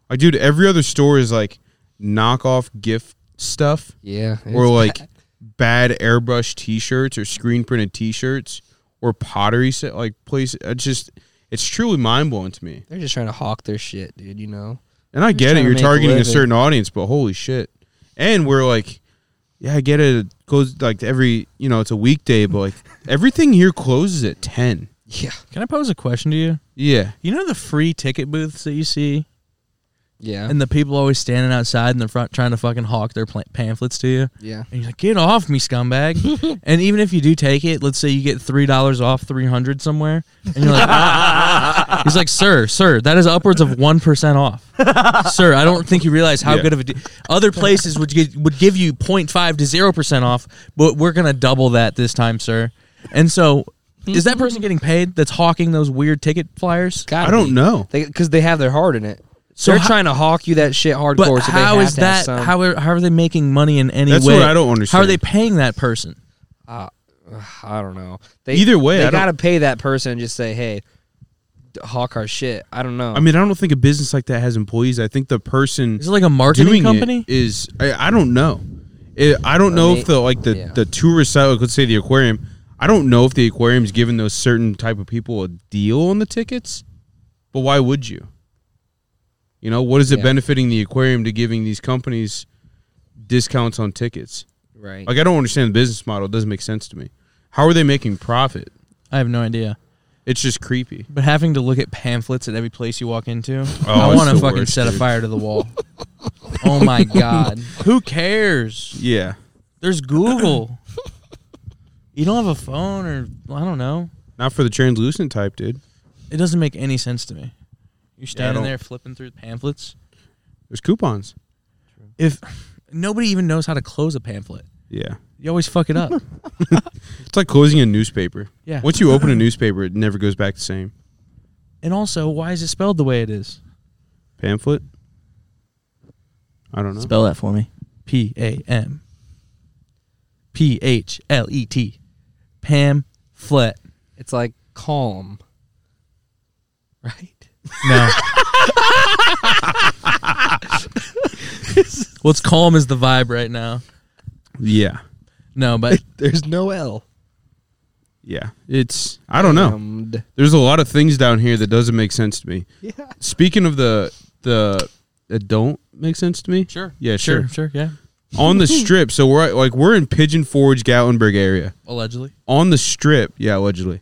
Like, dude, every other store is like knockoff gift stuff
yeah,
or
it's
like
bad.
bad airbrush t-shirts or screen printed t-shirts or pottery set like place it's just it's truly mind-blowing to me
they're just trying to hawk their shit, dude. You know,
And I get
trying
it.
to
You're
make a
targeting a
living.
certain audience, but holy shit. And we're like, yeah, I get it. It goes like every, you know, it's a weekday, but like everything here closes at 10.
yeah,
Can I pose a question to you?
Yeah.
You know the free ticket booths that you see
yeah,
and the people always standing outside in the front trying to fucking hawk their pla- pamphlets to you?
yeah.
And you're like, "Get off me, scumbag." and even if you do take it, let's say you get $3 off 300 somewhere, and you're like He's like, "Sir, sir, that is upwards of 1% off." sir, I don't think you realize how
Yeah.
good of a de- other places would gi- would give you 0.5 to 0% off, but we're going to double that this time, sir. And so, is that person getting paid that's hawking those weird ticket flyers?
Gotta
I don't
be.
know.
because they, have their heart in it.
So
they're
ho-
trying to hawk you that shit hardcore.
But
so they
how
have
is
to have
that
some-
how are, how are they making money in any
That's
way?
what I don't
How are they
understand.
paying that person?
I don't know. They,
Either way, I
they
don't-
gotta pay that person and just say, "Hey, d- hawk our shit." I don't know.
I mean, I don't think a business like that has employees. I think the person
Is it like a marketing
doing
company?
it is, I, I don't know. It, I don't know
me-
if the, like the,
yeah.
the tourist side, like, let's say the aquarium, I don't know if the aquarium's giving those certain type of people a deal on the tickets, but why would you? You know, what is it
Yeah.
benefiting the aquarium to giving these companies discounts on tickets?
Right.
Like I don't understand the business model. It doesn't make sense to me. How are they making profit?
I have no idea.
It's just creepy.
But having to look at pamphlets at every place you walk into,
Oh, it's
I want
the
to fucking
worst,
set
dude.
a fire to the wall. oh my god, who cares?
Yeah.
There's Google. you don't have a phone, or I don't know.
Not for the translucent type, dude.
It doesn't make any sense to me. You're standing
don't-
there flipping through pamphlets.
There's coupons.
If nobody even knows how to close a pamphlet,
Yeah.
you always fuck it up.
It's like closing a newspaper.
Yeah.
Once you open a newspaper, it never goes back the same.
and also, why is it spelled the way it is?
Pamphlet? I don't know.
Spell that for me.
P A M P H L E T. Pam Flet.
It's like calm. Right.
No. What's calm is the vibe right now.
Yeah.
No, but
There's no L.
Yeah. It's I don't know.
Damned.
There's a lot of things down here that doesn't make sense to me.
Yeah.
Speaking of the the that don't make sense to me.
sure.
Yeah,
Sure,
sure.
sure, yeah.
On the strip, so we're at- like we're in Pigeon Forge, Gatlinburg area.
Allegedly.
On the strip, yeah, allegedly.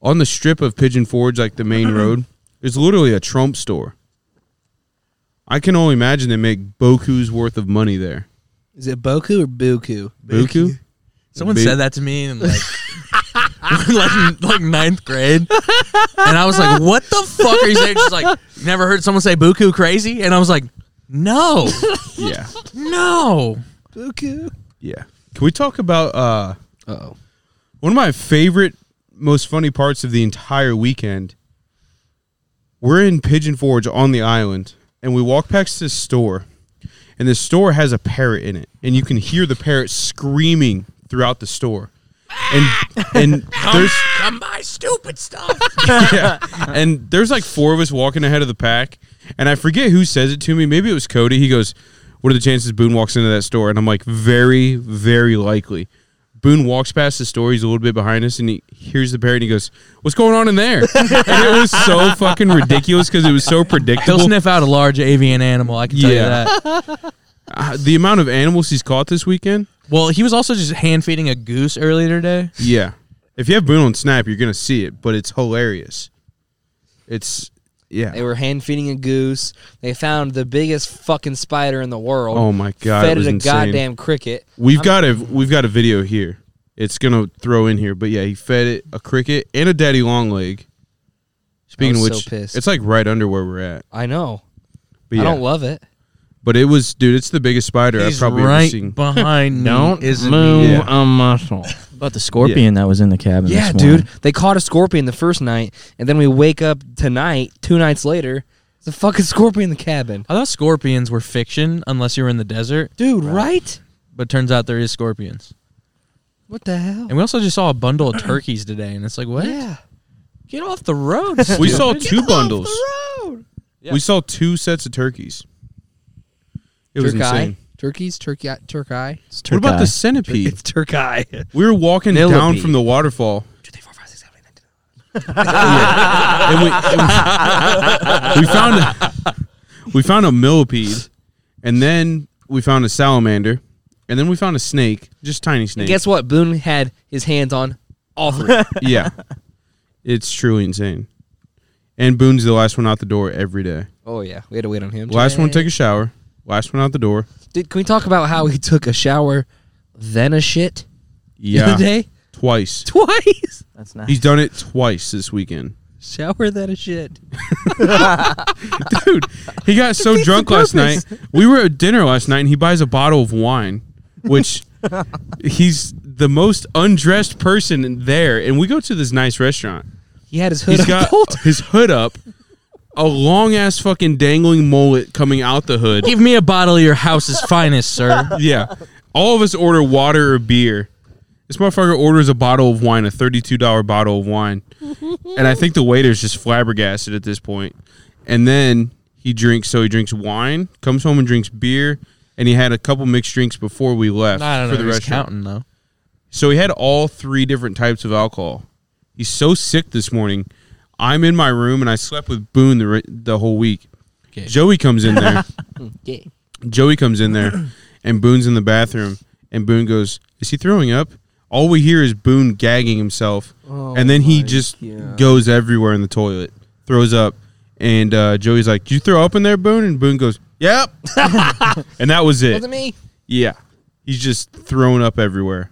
On the strip of Pigeon Forge, like the main road, there's literally a Trump store. I can only imagine they make Boku's worth of money there.
Is it Boku or Buku?
Boku?
Someone
Ba-
said that to me in like, like like ninth grade, and I was like, "What the fuck are you saying?" She's like, "Never heard someone say buku crazy," and I was like, "No,
Yeah.
no."
Buku.
Yeah. Can we talk about uh
Oh.
One of my favorite, most funny parts of the entire weekend. We're in Pigeon Forge on the island, and we walk past this store, and this store has a parrot in it, and you can hear the parrot screaming throughout the store, and and there's
Come buy stupid stuff.
yeah. And there's like four of us walking ahead of the pack. And I forget who says it to me. Maybe it was Cody. He goes, What are the chances Boone walks into that store? And I'm like, Very, very likely. Boone walks past the store. He's a little bit behind us and he hears the parrot and he goes, What's going on in there? and it was so fucking ridiculous because it was so
He'll
predictable.
sniff out a large avian animal. I can tell
Yeah.
you that.
Uh, the amount of animals he's caught this weekend.
Well, he was also just hand feeding a goose earlier today.
Yeah. If you have Boone on Snap, you're going to see it, but it's hilarious. It's, yeah.
They were hand feeding a goose. They found the biggest fucking spider in the world.
Oh my God, it
Fed
was
a
insane.
goddamn cricket.
We've got a we've got a video here. It's gonna throw in here, but yeah, he fed it a cricket and a daddy long leg. Speaking of
was
which,
so pissed.
it's like right under where we're at.
I know.
But yeah,
I don't love it.
but it was, dude. It's the biggest spider I've
He's
probably ever
right
seen.
behind me.
Don't
isn't
move
he?
Yeah. Uh,
a muscle.
About the scorpion that was in the cabin.
Yeah,
this morning.
dude. They caught a scorpion the first night, and then we wake up tonight, two nights later, it's a fucking scorpion in the cabin.
I thought scorpions were fiction unless you were in the desert,
Dude, right?
but turns out there is scorpions.
What the hell?
And we also just saw a bundle of turkeys today, and it's like, what?
Yeah.
Get off the road.
we
stupid.
saw two bundles.
Yeah.
We saw two sets of turkeys. It was
Turkey.
insane.
Turkeys, turkey, turkey.
It's
What about
Turkai.
the centipede?
turkey.
We were walking down
Millipede.
from the waterfall. and we, and we- we found a, we found a millipede, and then we found a salamander, and then we found a snake, just tiny snake.
Guess what? Boone had his hands on all three.
yeah, it's truly insane. And Boone's the last one out the door every day.
oh yeah, we had to wait on him.
Last one to take a shower. Last one out the door.
Dude, can we talk about how he took a shower, then a shit the
Yeah,
other day
twice.
twice?
That's not.
He's done it twice this weekend.
Shower then a shit.
Dude, he got so
Defeats the
drunk last night.
purpose.
We were at dinner last night, and he buys a bottle of wine, which he's the most undressed person in there. And we go to this nice restaurant.
He had his hood
He's
up the
got
whole time.
his hood up, a long ass fucking dangling mullet coming out the hood.
Give me a bottle of your house's finest, sir.
Yeah, all of us order water or beer. This motherfucker orders a bottle of wine, a thirty-two dollar bottle of wine, and I think the waiter's just flabbergasted at this point. And then he drinks, so he drinks wine, comes home and drinks beer, and he had a couple mixed drinks before we left
I don't know.
for the
he's
restaurant.
counting though.
So he had all three different types of alcohol. He's so sick this morning. I'm in my room and I slept with Boone the re- the whole week.
Okay.
Joey comes in there.
Yeah.
Joey comes in there, and Boone's in the bathroom, And Boone goes, "Is he throwing up?" All we hear is Boone gagging himself, and then he just goes everywhere in the toilet, throws up, and uh, Joey's like, "Did you throw up in there, Boone?" And Boone goes, "Yep," and that was it.
Wasn't me.
Yeah, he's just thrown up everywhere.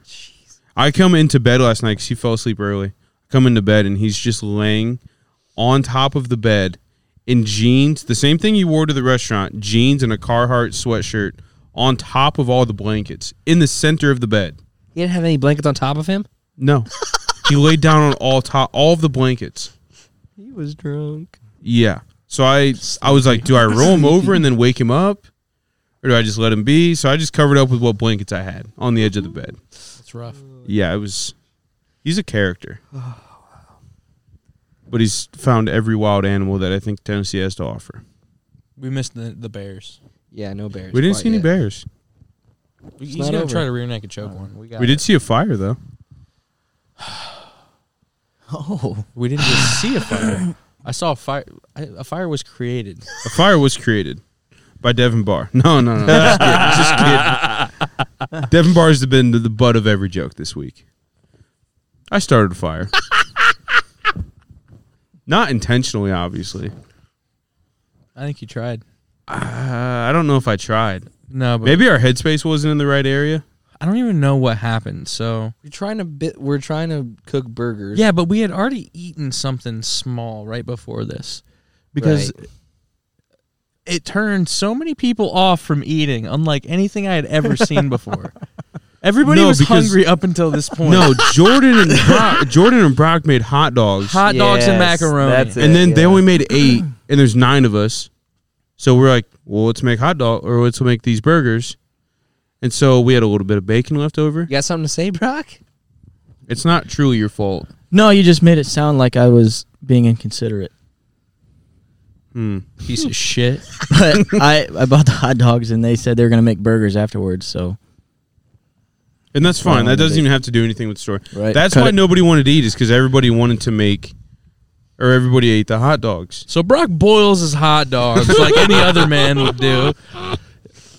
I come into bed last night because he fell asleep early. I come into bed and he's just laying on top of the bed in jeans, the same thing you wore to the restaurant, jeans and a Carhartt sweatshirt on top of all the blankets in the center of the bed.
He didn't have any blankets on top of him.
No, he laid down on all top all of the blankets.
He was drunk.
Yeah. So I I was like, do I roll him over and then wake him up, or do I just let him be? So I just covered up with what blankets I had on the edge of the bed.
It's rough.
Yeah, it was. He's a character. But he's found every wild animal that I think Tennessee has to offer.
We missed the, the bears.
Yeah, no bears.
we didn't
quite
see any
yet.
bears.
He's
not
gonna
over.
try to rear naked choke one.
We, got
We did see a fire though.
Oh,
We didn't just see a fire. I saw a fire. I, a fire was created.
A fire was created by Devin Barr. No, no, no. Just kidding. Just kidding. Devin Barr's been the, the butt of every joke this week. I started a fire. Not intentionally, obviously.
I think you tried.
Uh, I don't know if I tried.
No, but
Maybe our headspace wasn't in the right area.
I don't even know what happened. So
We're trying to bit. We're trying to cook burgers.
yeah, but we had already eaten something small right before this because it turned so many people off from eating, unlike anything I had ever seen before. Everybody
No,
was
because-
hungry up until this point.
No, Jordan and Brock, Jordan and Brock made hot dogs,
hot dogs and
Yes,
macaroni.
that's it.
and then they
yeah.
only made eight, and there's nine of us. So we're like, well, let's make hot dog, or let's make these burgers. And so we had a little bit of bacon left over.
You got something to say, Brock?
It's not truly your fault.
no! You just made it sound like I was being inconsiderate.
Hmm.
Piece of shit.
But I, I bought the hot dogs, and they said they were gonna make burgers afterwards. So
And that's
Well,
fine. That doesn't
they-
even have to do anything with the story.
right,
That's
cut
why
it.
nobody wanted to eat is because everybody wanted to make, or everybody ate the hot dogs.
So Brock boils his hot dogs like any other man would do.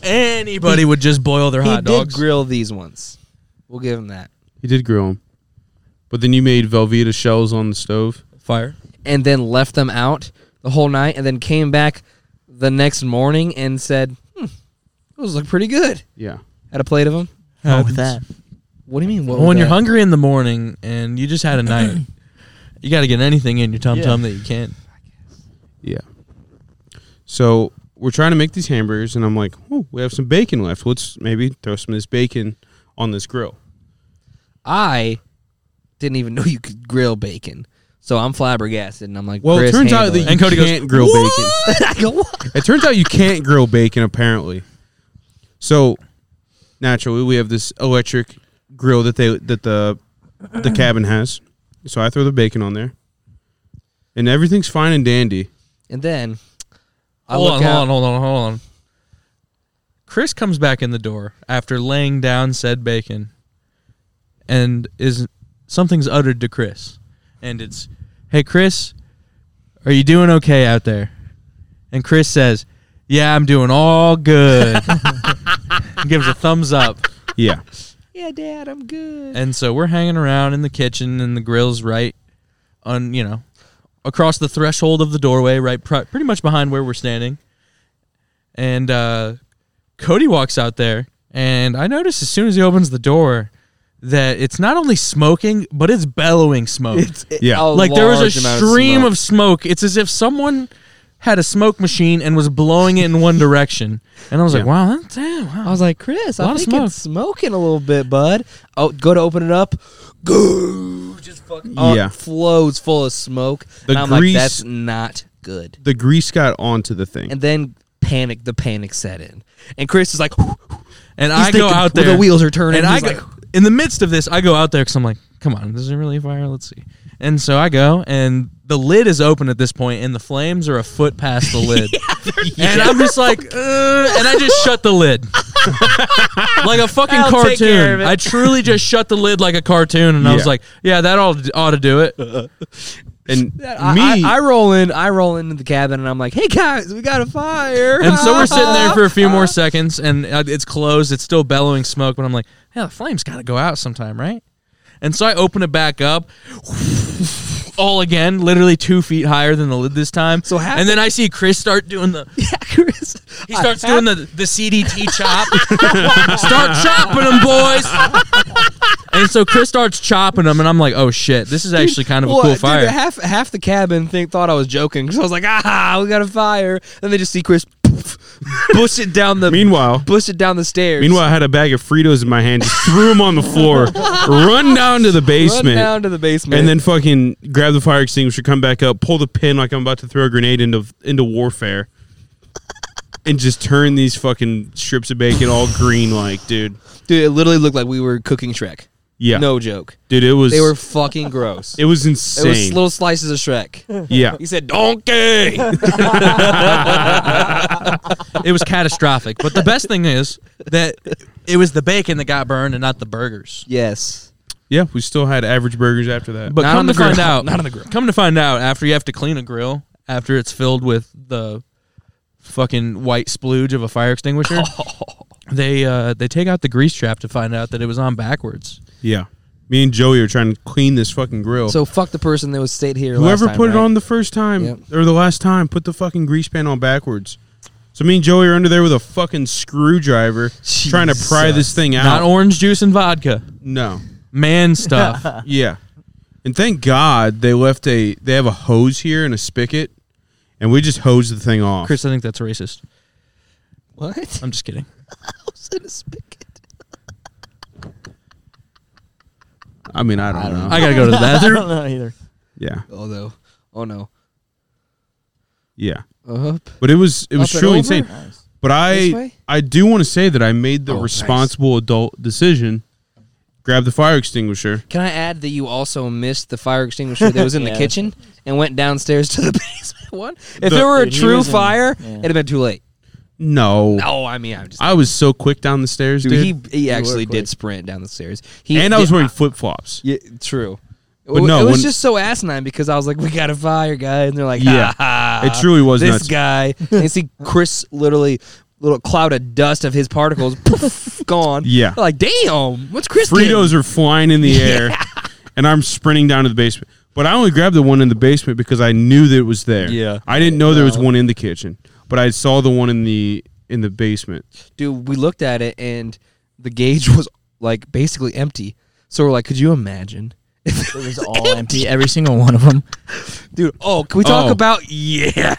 Anybody would just boil their
he
hot
did
dogs.
grill these once. We'll give him that.
He did grill them, but then you made Velveeta shells on the stove.
Fire.
And then left them out the whole night, and then came back the next morning and said, "Hmm, those look pretty good."
Yeah.
Had a plate of them.
Wrong with that.
What do you mean? What
Well,
was
when you're
that?
hungry in the morning and you just had a night, you got to get anything in your tum
Yeah.
tum that you can.
Yeah. So we're trying to make these hamburgers, and I'm like, oh, we have some bacon left. Let's maybe throw some of this bacon on this grill.
I didn't even know you could grill bacon, so I'm flabbergasted, and I'm like,
Well,
"Chris,
it turns out
handle
that you
it."
And Cody goes,
can't grill bacon.
I go, "What?"
It turns out you can't grill bacon, apparently. So naturally, we have this electric grill that they that the the cabin has. So I throw the bacon on there, and everything's fine and dandy.
and then I
Hold
look
on,
out.
hold on, hold on, hold on. Chris comes back in the door after laying down said bacon, and is something's uttered to Chris, and it's, "Hey Chris, are you doing okay out there?" And Chris says, "Yeah, I'm doing all good." and gives a thumbs up,
Yeah.
Yeah, Dad, I'm good.
and so we're hanging around in the kitchen, and the grill's right on, you know, across the threshold of the doorway, right, pr- pretty much behind where we're standing. And uh, Cody walks out there, and I notice as soon as he opens the door that it's not only smoking, but it's bellowing smoke.
Yeah.
like there was a stream of smoke. It's as if someone had a smoke machine and was blowing it in one direction. And I was
Yeah.
like, wow, that's, damn, wow.
I was like, Chris,
Lot
I
of
think
smoke.
it's smoking a little bit, bud. Oh, go to open it up. Go, just fucking
Yeah.
yeah. flows full of smoke.
The
and I'm
grease-
like, that's not good.
The grease got onto the thing.
And then panic, the panic set in, and Chris is like, he's
and I go
thinking,
out
"Well,
there.
the wheels are turning.
and I
he's
go,
like,
in the midst of this, I go out there because I'm like, come on, this is really a fire. Let's see. And so I go, and the lid is open at this point, and the flames are a foot past the lid. And I'm just like, "Ugh," and I just shut the lid. like a fucking
I'll
cartoon.
take care of it.
I truly just shut the lid like a cartoon, and I was
Yeah.
like, yeah, that ought, ought to do it.
And
I,
me,
I, I roll in, I roll into the cabin, and I'm like, hey guys, we got a fire.
And so we're sitting there for a few more seconds, and uh, it's closed. It's still bellowing smoke, but I'm like, yeah, the flame's got to go out sometime, right? And so I open it back up, all again, literally two feet higher than the lid this time.
So half
and then I see Chris start doing the
Yeah, Chris.
he starts doing the, the CDT chop. Start chopping them, boys. and so Chris starts chopping them, and I'm like, oh shit, this is actually kind of a
Well,
cool
dude,
fire.
the half half the cabin think, thought I was joking because I was like, ah, we got a fire. Then they just see Chris push it down the
Meanwhile,
push it down the stairs.
meanwhile, I had a bag of Fritos in my hand, just threw them on the floor, run down to the
run
basement,
down to the basement,
and then fucking grab the fire extinguisher, come back up, pull the pin like I'm about to throw a grenade into into warfare, and just turn these fucking strips of bacon all green, like dude.
dude, it literally looked like we were cooking Shrek.
Yeah,
No joke.
dude, it was
They were fucking gross.
it was insane.
It was little slices of Shrek.
yeah,
He said, "Donkey."
it was catastrophic. But the best thing is that it was the bacon that got burned and not the burgers.
yes.
yeah, we still had average burgers after that.
But
Not on
come
the
to find
grill.
out,
Not on the grill.
Come to find out, after you have to clean a grill, after it's filled with the fucking white splooge of a fire extinguisher, they uh, they take out the grease trap to find out that it was on backwards.
yeah, me and Joey are trying to clean this fucking grill.
So fuck the person that was stayed here. last
Whoever
time,
put it
right?
on the first time
Yep.
or the last time, put the fucking grease pan on backwards. So me and Joey are under there with a fucking screwdriver trying to pry this thing out.
Not orange juice and vodka,
no.
man stuff.
Yeah. And thank God they left a they have a hose here and a spigot and we just hose the thing off.
Chris, I think that's racist.
what?
I'm just kidding.
I mean, I don't,
Oh.
know.
I gotta go to the
I
bathroom.
don't know either.
yeah.
Although, oh no.
Yeah.
Up.
But it was it was
Up and
truly
over?
insane.
Nice.
But
This
I
way?
I do want to say that I made the
Oh, nice.
responsible adult decision. Grab the fire extinguisher.
Can I add that you also missed the fire extinguisher that was in the
Yeah.
kitchen and went downstairs to the basement one? If
The-
there were a
Dude, he
true
was in-
fire,
yeah.
it'd have been too late.
No.
No, I mean, I'm just.
I was so quick down the stairs,
dude,
dude.
he he actually
were
did
quick.
sprint down the stairs. He
and I was
did-
wearing flip flops.
Yeah, true.
But
it,
no,
it was
when-
just so asinine because I was like, "We got a fire, guys," and they're like,
Yeah.
"Yeah, ha,
It truly was
this
nuts.
guy." and you see Chris literally little cloud of dust of his particles poof, gone.
Yeah.
They're like damn, what's Chris? getting?"
Fritos are flying in the air, and I'm sprinting down to the basement. But I only grabbed the one in the basement because I knew that it was there.
Yeah.
I didn't know there was one in the kitchen, but I saw the one in the in the basement.
dude, we looked at it and the gauge was like basically empty. So we're like, could you imagine?
It was all empty. Every single one of them.
Dude, oh, can we talk
Oh.
about yeah?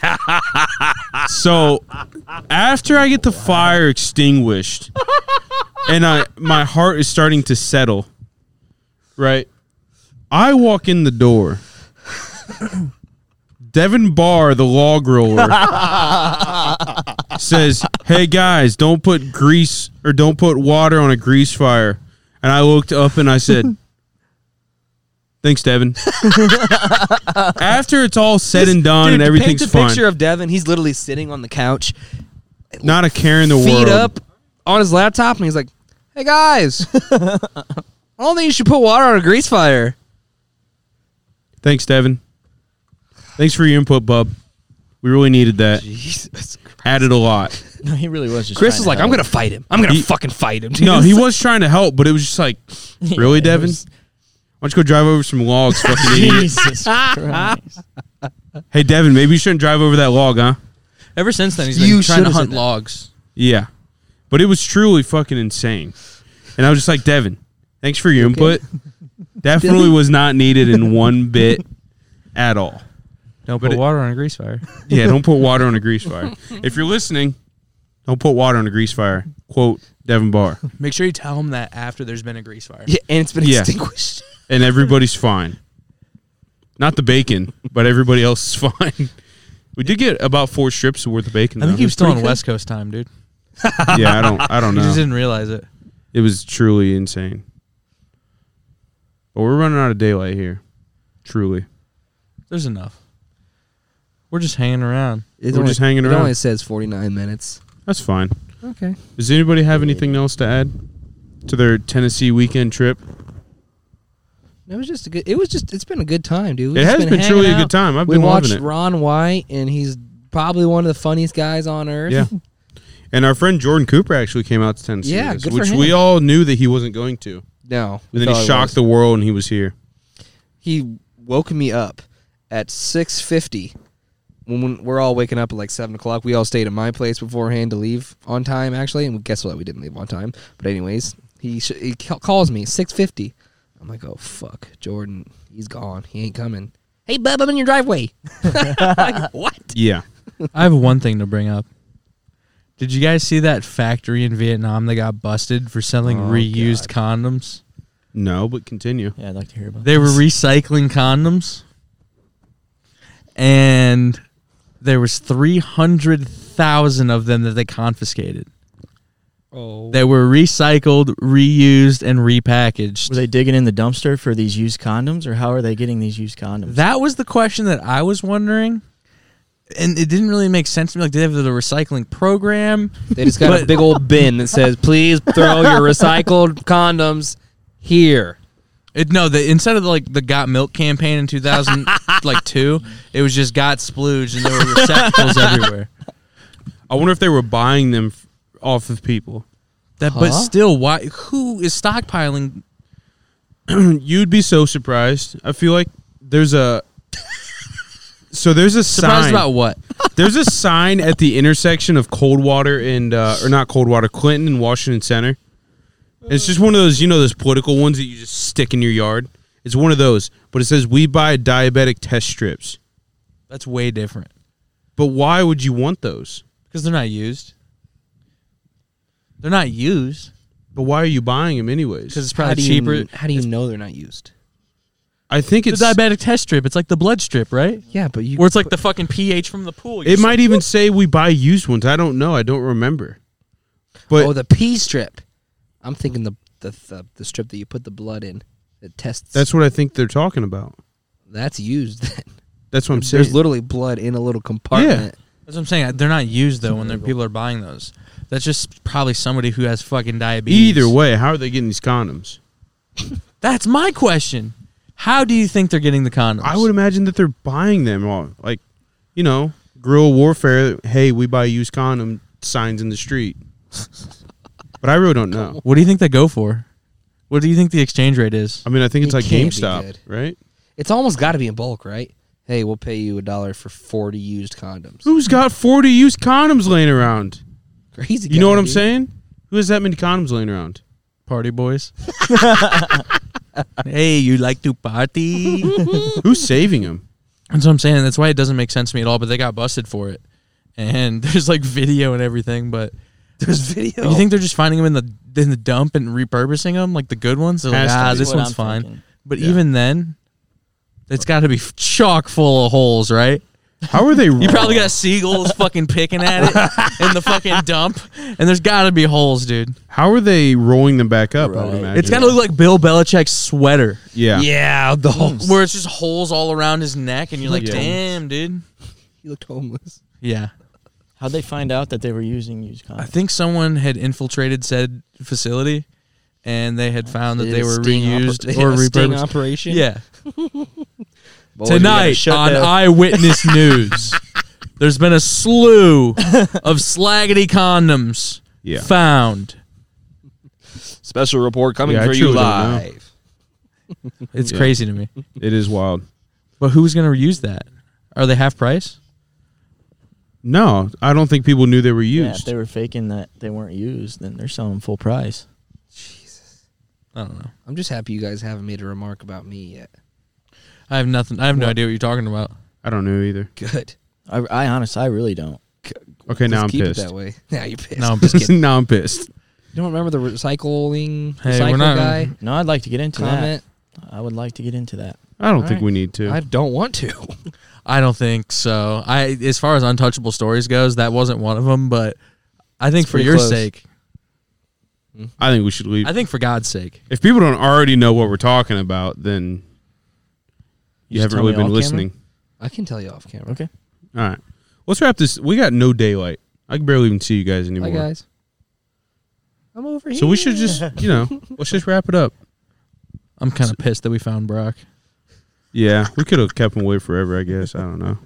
So after I get the fire extinguished, and I my heart is starting to settle, right? I walk in the door. Devin Barr, the log roller, says, "Hey guys, don't put grease or don't put water on a grease fire." And I looked up and I said, "Thanks, Devin." After it's all said and done
Dude,
and everything's
paint a
fine,
picture of Devin. He's literally sitting on the couch,
not a care in the
feet
world.
up on his laptop, and he's like, "Hey guys, I don't think you should put water on a grease fire."
Thanks, Devin. Thanks for your input, bub. We really needed that.
Jesus Christ.
Added a lot.
No, he really was just.
Chris
trying
is
to
like,
help.
"I'm gonna fight him. I'm gonna
He-
fucking fight him." Dude.
No, he was trying to help, but it was just like, really,
it
Devin?
was-
Why don't you go drive over some logs, fucking idiot?
Jesus Christ.
Hey, Devin, maybe you shouldn't drive over that log, huh?
Ever since then, he's been
You
trying to
should've
hunt
said that.
logs.
Yeah. But it was truly fucking insane. And I was just like, Devin, thanks for your input. Definitely was not needed in one bit at all.
Don't
But
put
it-
water on a grease fire.
Yeah, don't put water on a grease fire. If you're listening, don't put water on a grease fire. Quote Devin Barr.
Make sure you tell him that after there's been a grease fire.
Yeah, and it's been
Yeah.
extinguished.
and everybody's fine. Not the bacon, but everybody else is fine. We did get about four strips worth of bacon.
I think
though.
he was still on West Coast time, dude.
Yeah, I don't. I don't
He just
know.
didn't realize it.
It was truly insane. But we're running out of daylight here. Truly,
There's enough. We're just hanging around.
It's
We're just hanging
it
around.
only says 49 minutes.
that's fine.
Okay.
Does anybody have anything else to add to their Tennessee weekend trip?
It was just a good. It was just. It's been a good time, dude. We've
it
just
has been
hanging
truly a
out.
good time. I've
we
been
watched
loving it.
Ron White, and he's probably one of the funniest guys on earth.
Yeah. And our friend Jordan Cooper actually came out to Tennessee,
Yeah,
with us,
good for
which we
him.
all knew that he wasn't going to.
No.
But then he shocked the world and he was here.
He woke me up at 6.50 when when we're all waking up at like 7 o'clock. We all stayed at my place beforehand to leave on time, actually. And guess what? We didn't leave on time. But anyways, he, sh- he ca- calls me 6.50. I'm like, oh, fuck. Jordan, he's gone. He ain't coming. Hey, bub, I'm in your driveway. Like, what?
Yeah.
I have one thing to bring up. Did you guys see that factory in Vietnam that got busted for selling
Oh,
reused condoms?
No, but continue.
Yeah, I'd like to hear about.
They were recycling condoms, and there was three hundred thousand of them that they confiscated.
Oh.
They were recycled, reused, and repackaged.
Were they digging in the dumpster for these used condoms, or how are they getting these used condoms?
That was the question that I was wondering, and it didn't really make sense to me. Like, did they have the recycling program?
They just got a
But-
big old bin that says, "Please throw your recycled condoms here."
It, no, the instead of like the Got Milk campaign in two thousand like two, it was just Got Splooged, and there were receptacles everywhere.
I wonder if they were buying them f- off of people.
That, but
Huh?
still, why? Who is stockpiling?
You'd be so surprised. I feel like there's a so there's a
Surprised
sign.
about what?
there's a sign at the intersection of Coldwater and uh, or not Coldwater, Clinton and Washington Center. And it's just one of those, you know, those political ones that you just stick in your yard. It's one of those, but it says we buy diabetic test strips.
That's way different
But why would you want those?
because they're not used. They're not used
But why are you buying them
because
anyways?
it's probably cheaper.
how do you know they're not used?
I think
the
it's
diabetic test strip. It's like the blood strip, right?
Yeah, but you.
Where it's like the fucking pH from the pool. You're
It
just
might even say we buy used ones. I don't know. I don't remember. But
oh the pee strip. I'm thinking the the the, the strip that you put the blood in. It tests.
that's what I think they're talking about.
that's used. Then
That's what I'm saying.
there's literally blood in a little compartment.
That's what I'm saying. They're not used though when they're- people are buying those. That's just probably somebody who has fucking diabetes.
Either way, how are they getting these condoms?
That's my question. How do you think they're getting the condoms?
I would imagine that they're buying them all, like, you know, guerrilla warfare. Hey, we buy used condom signs in the street. but I really don't know.
What do you think they go for? What do you think the exchange rate is?
I mean, I think it's
It
like
can't be
GameStop,
good.
right?
It's almost got to be in bulk, right? Hey, we'll pay you a dollar for 40 used condoms.
Who's got forty used condoms laying around?
Crazy.
You know
guy,
what I'm
dude.
saying? Who has that many condoms laying around?
Party boys. hey, you like to party?
Who's saving them?
That's what I'm saying. That's why it doesn't make sense to me at all. But they got busted for it, and there's like video and everything. But
There's video.
you think they're just finding them in the in the dump and repurposing them like the good ones? They're like,
Has to
ah,
be.
this
What
one's
I'm
fine.
thinking.
But even then, it's got to be f- chock full of holes, right?
How are they?
You probably got seagulls fucking picking at it in the fucking dump, and there's got to be holes, dude.
How are they rolling them back up? I would
Right.
imagine
It's got to look like Bill Belichick's sweater,
Yeah.
Yeah, the whole.
Oh, where it's just holes all around his neck, and you're like,
Yeah.
damn, dude.
He looked homeless.
Yeah,
How'd they find out that they were using used condoms?
I think someone had infiltrated said facility, and they had found that
Did
they
a
were
sting oper-
reused
they did
or
a sting
repurposed.
operation.
Yeah.
Boys, we Oh, gotta
Tonight
shut
on
down.
Eyewitness News, there's been a slew of slaggity condoms
Yeah.
found.
Special report coming
Yeah, I
for you
truly don't know.
live.
It's
Yeah.
crazy to me.
It is wild.
But who's going to use that? Are they half price?
No, I don't think people knew they were
Yeah, if
used.
they were faking that they weren't used, then they're selling full price.
I don't know.
I'm just happy you guys haven't made a remark about me yet.
I have nothing. I have no idea what you're talking about.
I don't know either.
Good.
I, I honestly, I really don't.
Okay, now
Just
I'm
keep
pissed.
it that way. Now you're pissed.
No, I'm
just kidding.
now I'm pissed.
You don't remember the recycling
Hey, we're
recycle
not-
guy
No, I'd like to get into
comment?
that. I would like to get into that.
I don't
All
think
right.
we need to.
I don't want to.
I don't think so. I, as far as untouchable stories goes, that wasn't one of them. But I think
It's
for
pretty
your
close.
sake,
I think we should leave.
I think for God's sake,
if people don't already know what we're talking about, then you,
just
haven't
tell
really
me
been
off camera?
listening.
I can tell you off camera.
Okay.
All right, let's wrap this. We got no daylight. I can barely even see you guys
Hi
anymore.
guys. I'm over here.
So we should just, you know, let's just wrap it up.
I'm kind of pissed that we found Brock.
Yeah, we could have kept him away forever. I guess I don't know.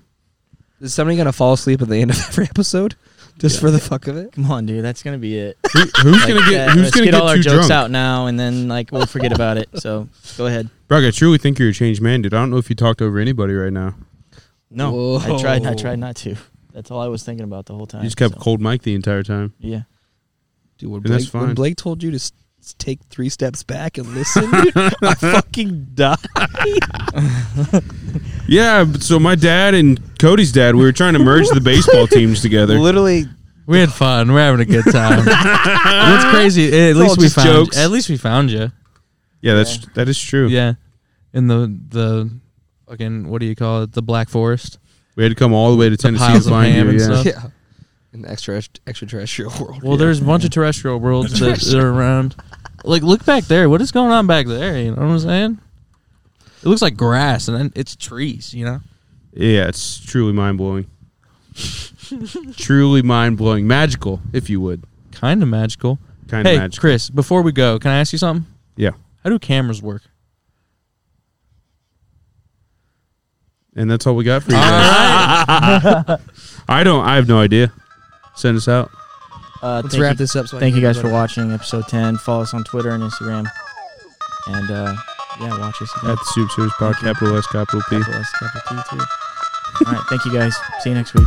Is somebody gonna fall asleep at the end of every episode? just for the fuck of it.
Come on, dude. That's gonna be it.
Who, who's
Like
gonna get?
that.
Who's
Let's
gonna
get all
get
our
too
jokes
drunk?
out now, and then like we'll forget about it. So go ahead.
Brock, I truly think you're a changed man, dude. I don't know if you talked over anybody right now.
No, I tried. I
Whoa.
tried not to. That's all I was thinking about the whole time.
You just kept
so,
cold mic the entire time.
Yeah.
Dude, when
Dude, that's
Blake, when
fine.
Blake told you to s- s- take three steps back and listen, dude, I fucking died.
Yeah, but so my dad and Cody's dad, we were trying to merge the baseball teams together.
Literally,
We had fun. We're having a good time. What's crazy? eh, At
all
least we
just
found.
jokes.
At least we found you.
Yeah, that's that is true.
Yeah. In the the fucking what do you call it? The Black Forest.
We had to come all the way to Tennessee
piles
to
of
find
ham
you.
and
Yeah.
stuff.
yeah, an extra extraterrestrial world.
Well, there's a bunch of terrestrial worlds that, that are around. Like, look back there. What is going on back there? You know what I'm saying? It looks like grass, and then it's trees. You know.
Yeah, it's truly mind blowing. truly mind blowing, magical, if you would,
Kind of magical.
kind of
hey,
magical.
Chris, before we go, can I ask you something?
Yeah,
How do cameras work?
and that's all we got for you. guys. I don't. I have no idea. Send us out.
Uh,
Let's
thank
wrap
you-
this up. So I
Thank
can
you
hear
guys for
everybody.
watching episode ten. Follow us on Twitter and Instagram, and uh, yeah, watch us.
at the Soup Series Pod, capital S, capital P.
Capital S, capital T, too. All right, thank you guys. See you next week.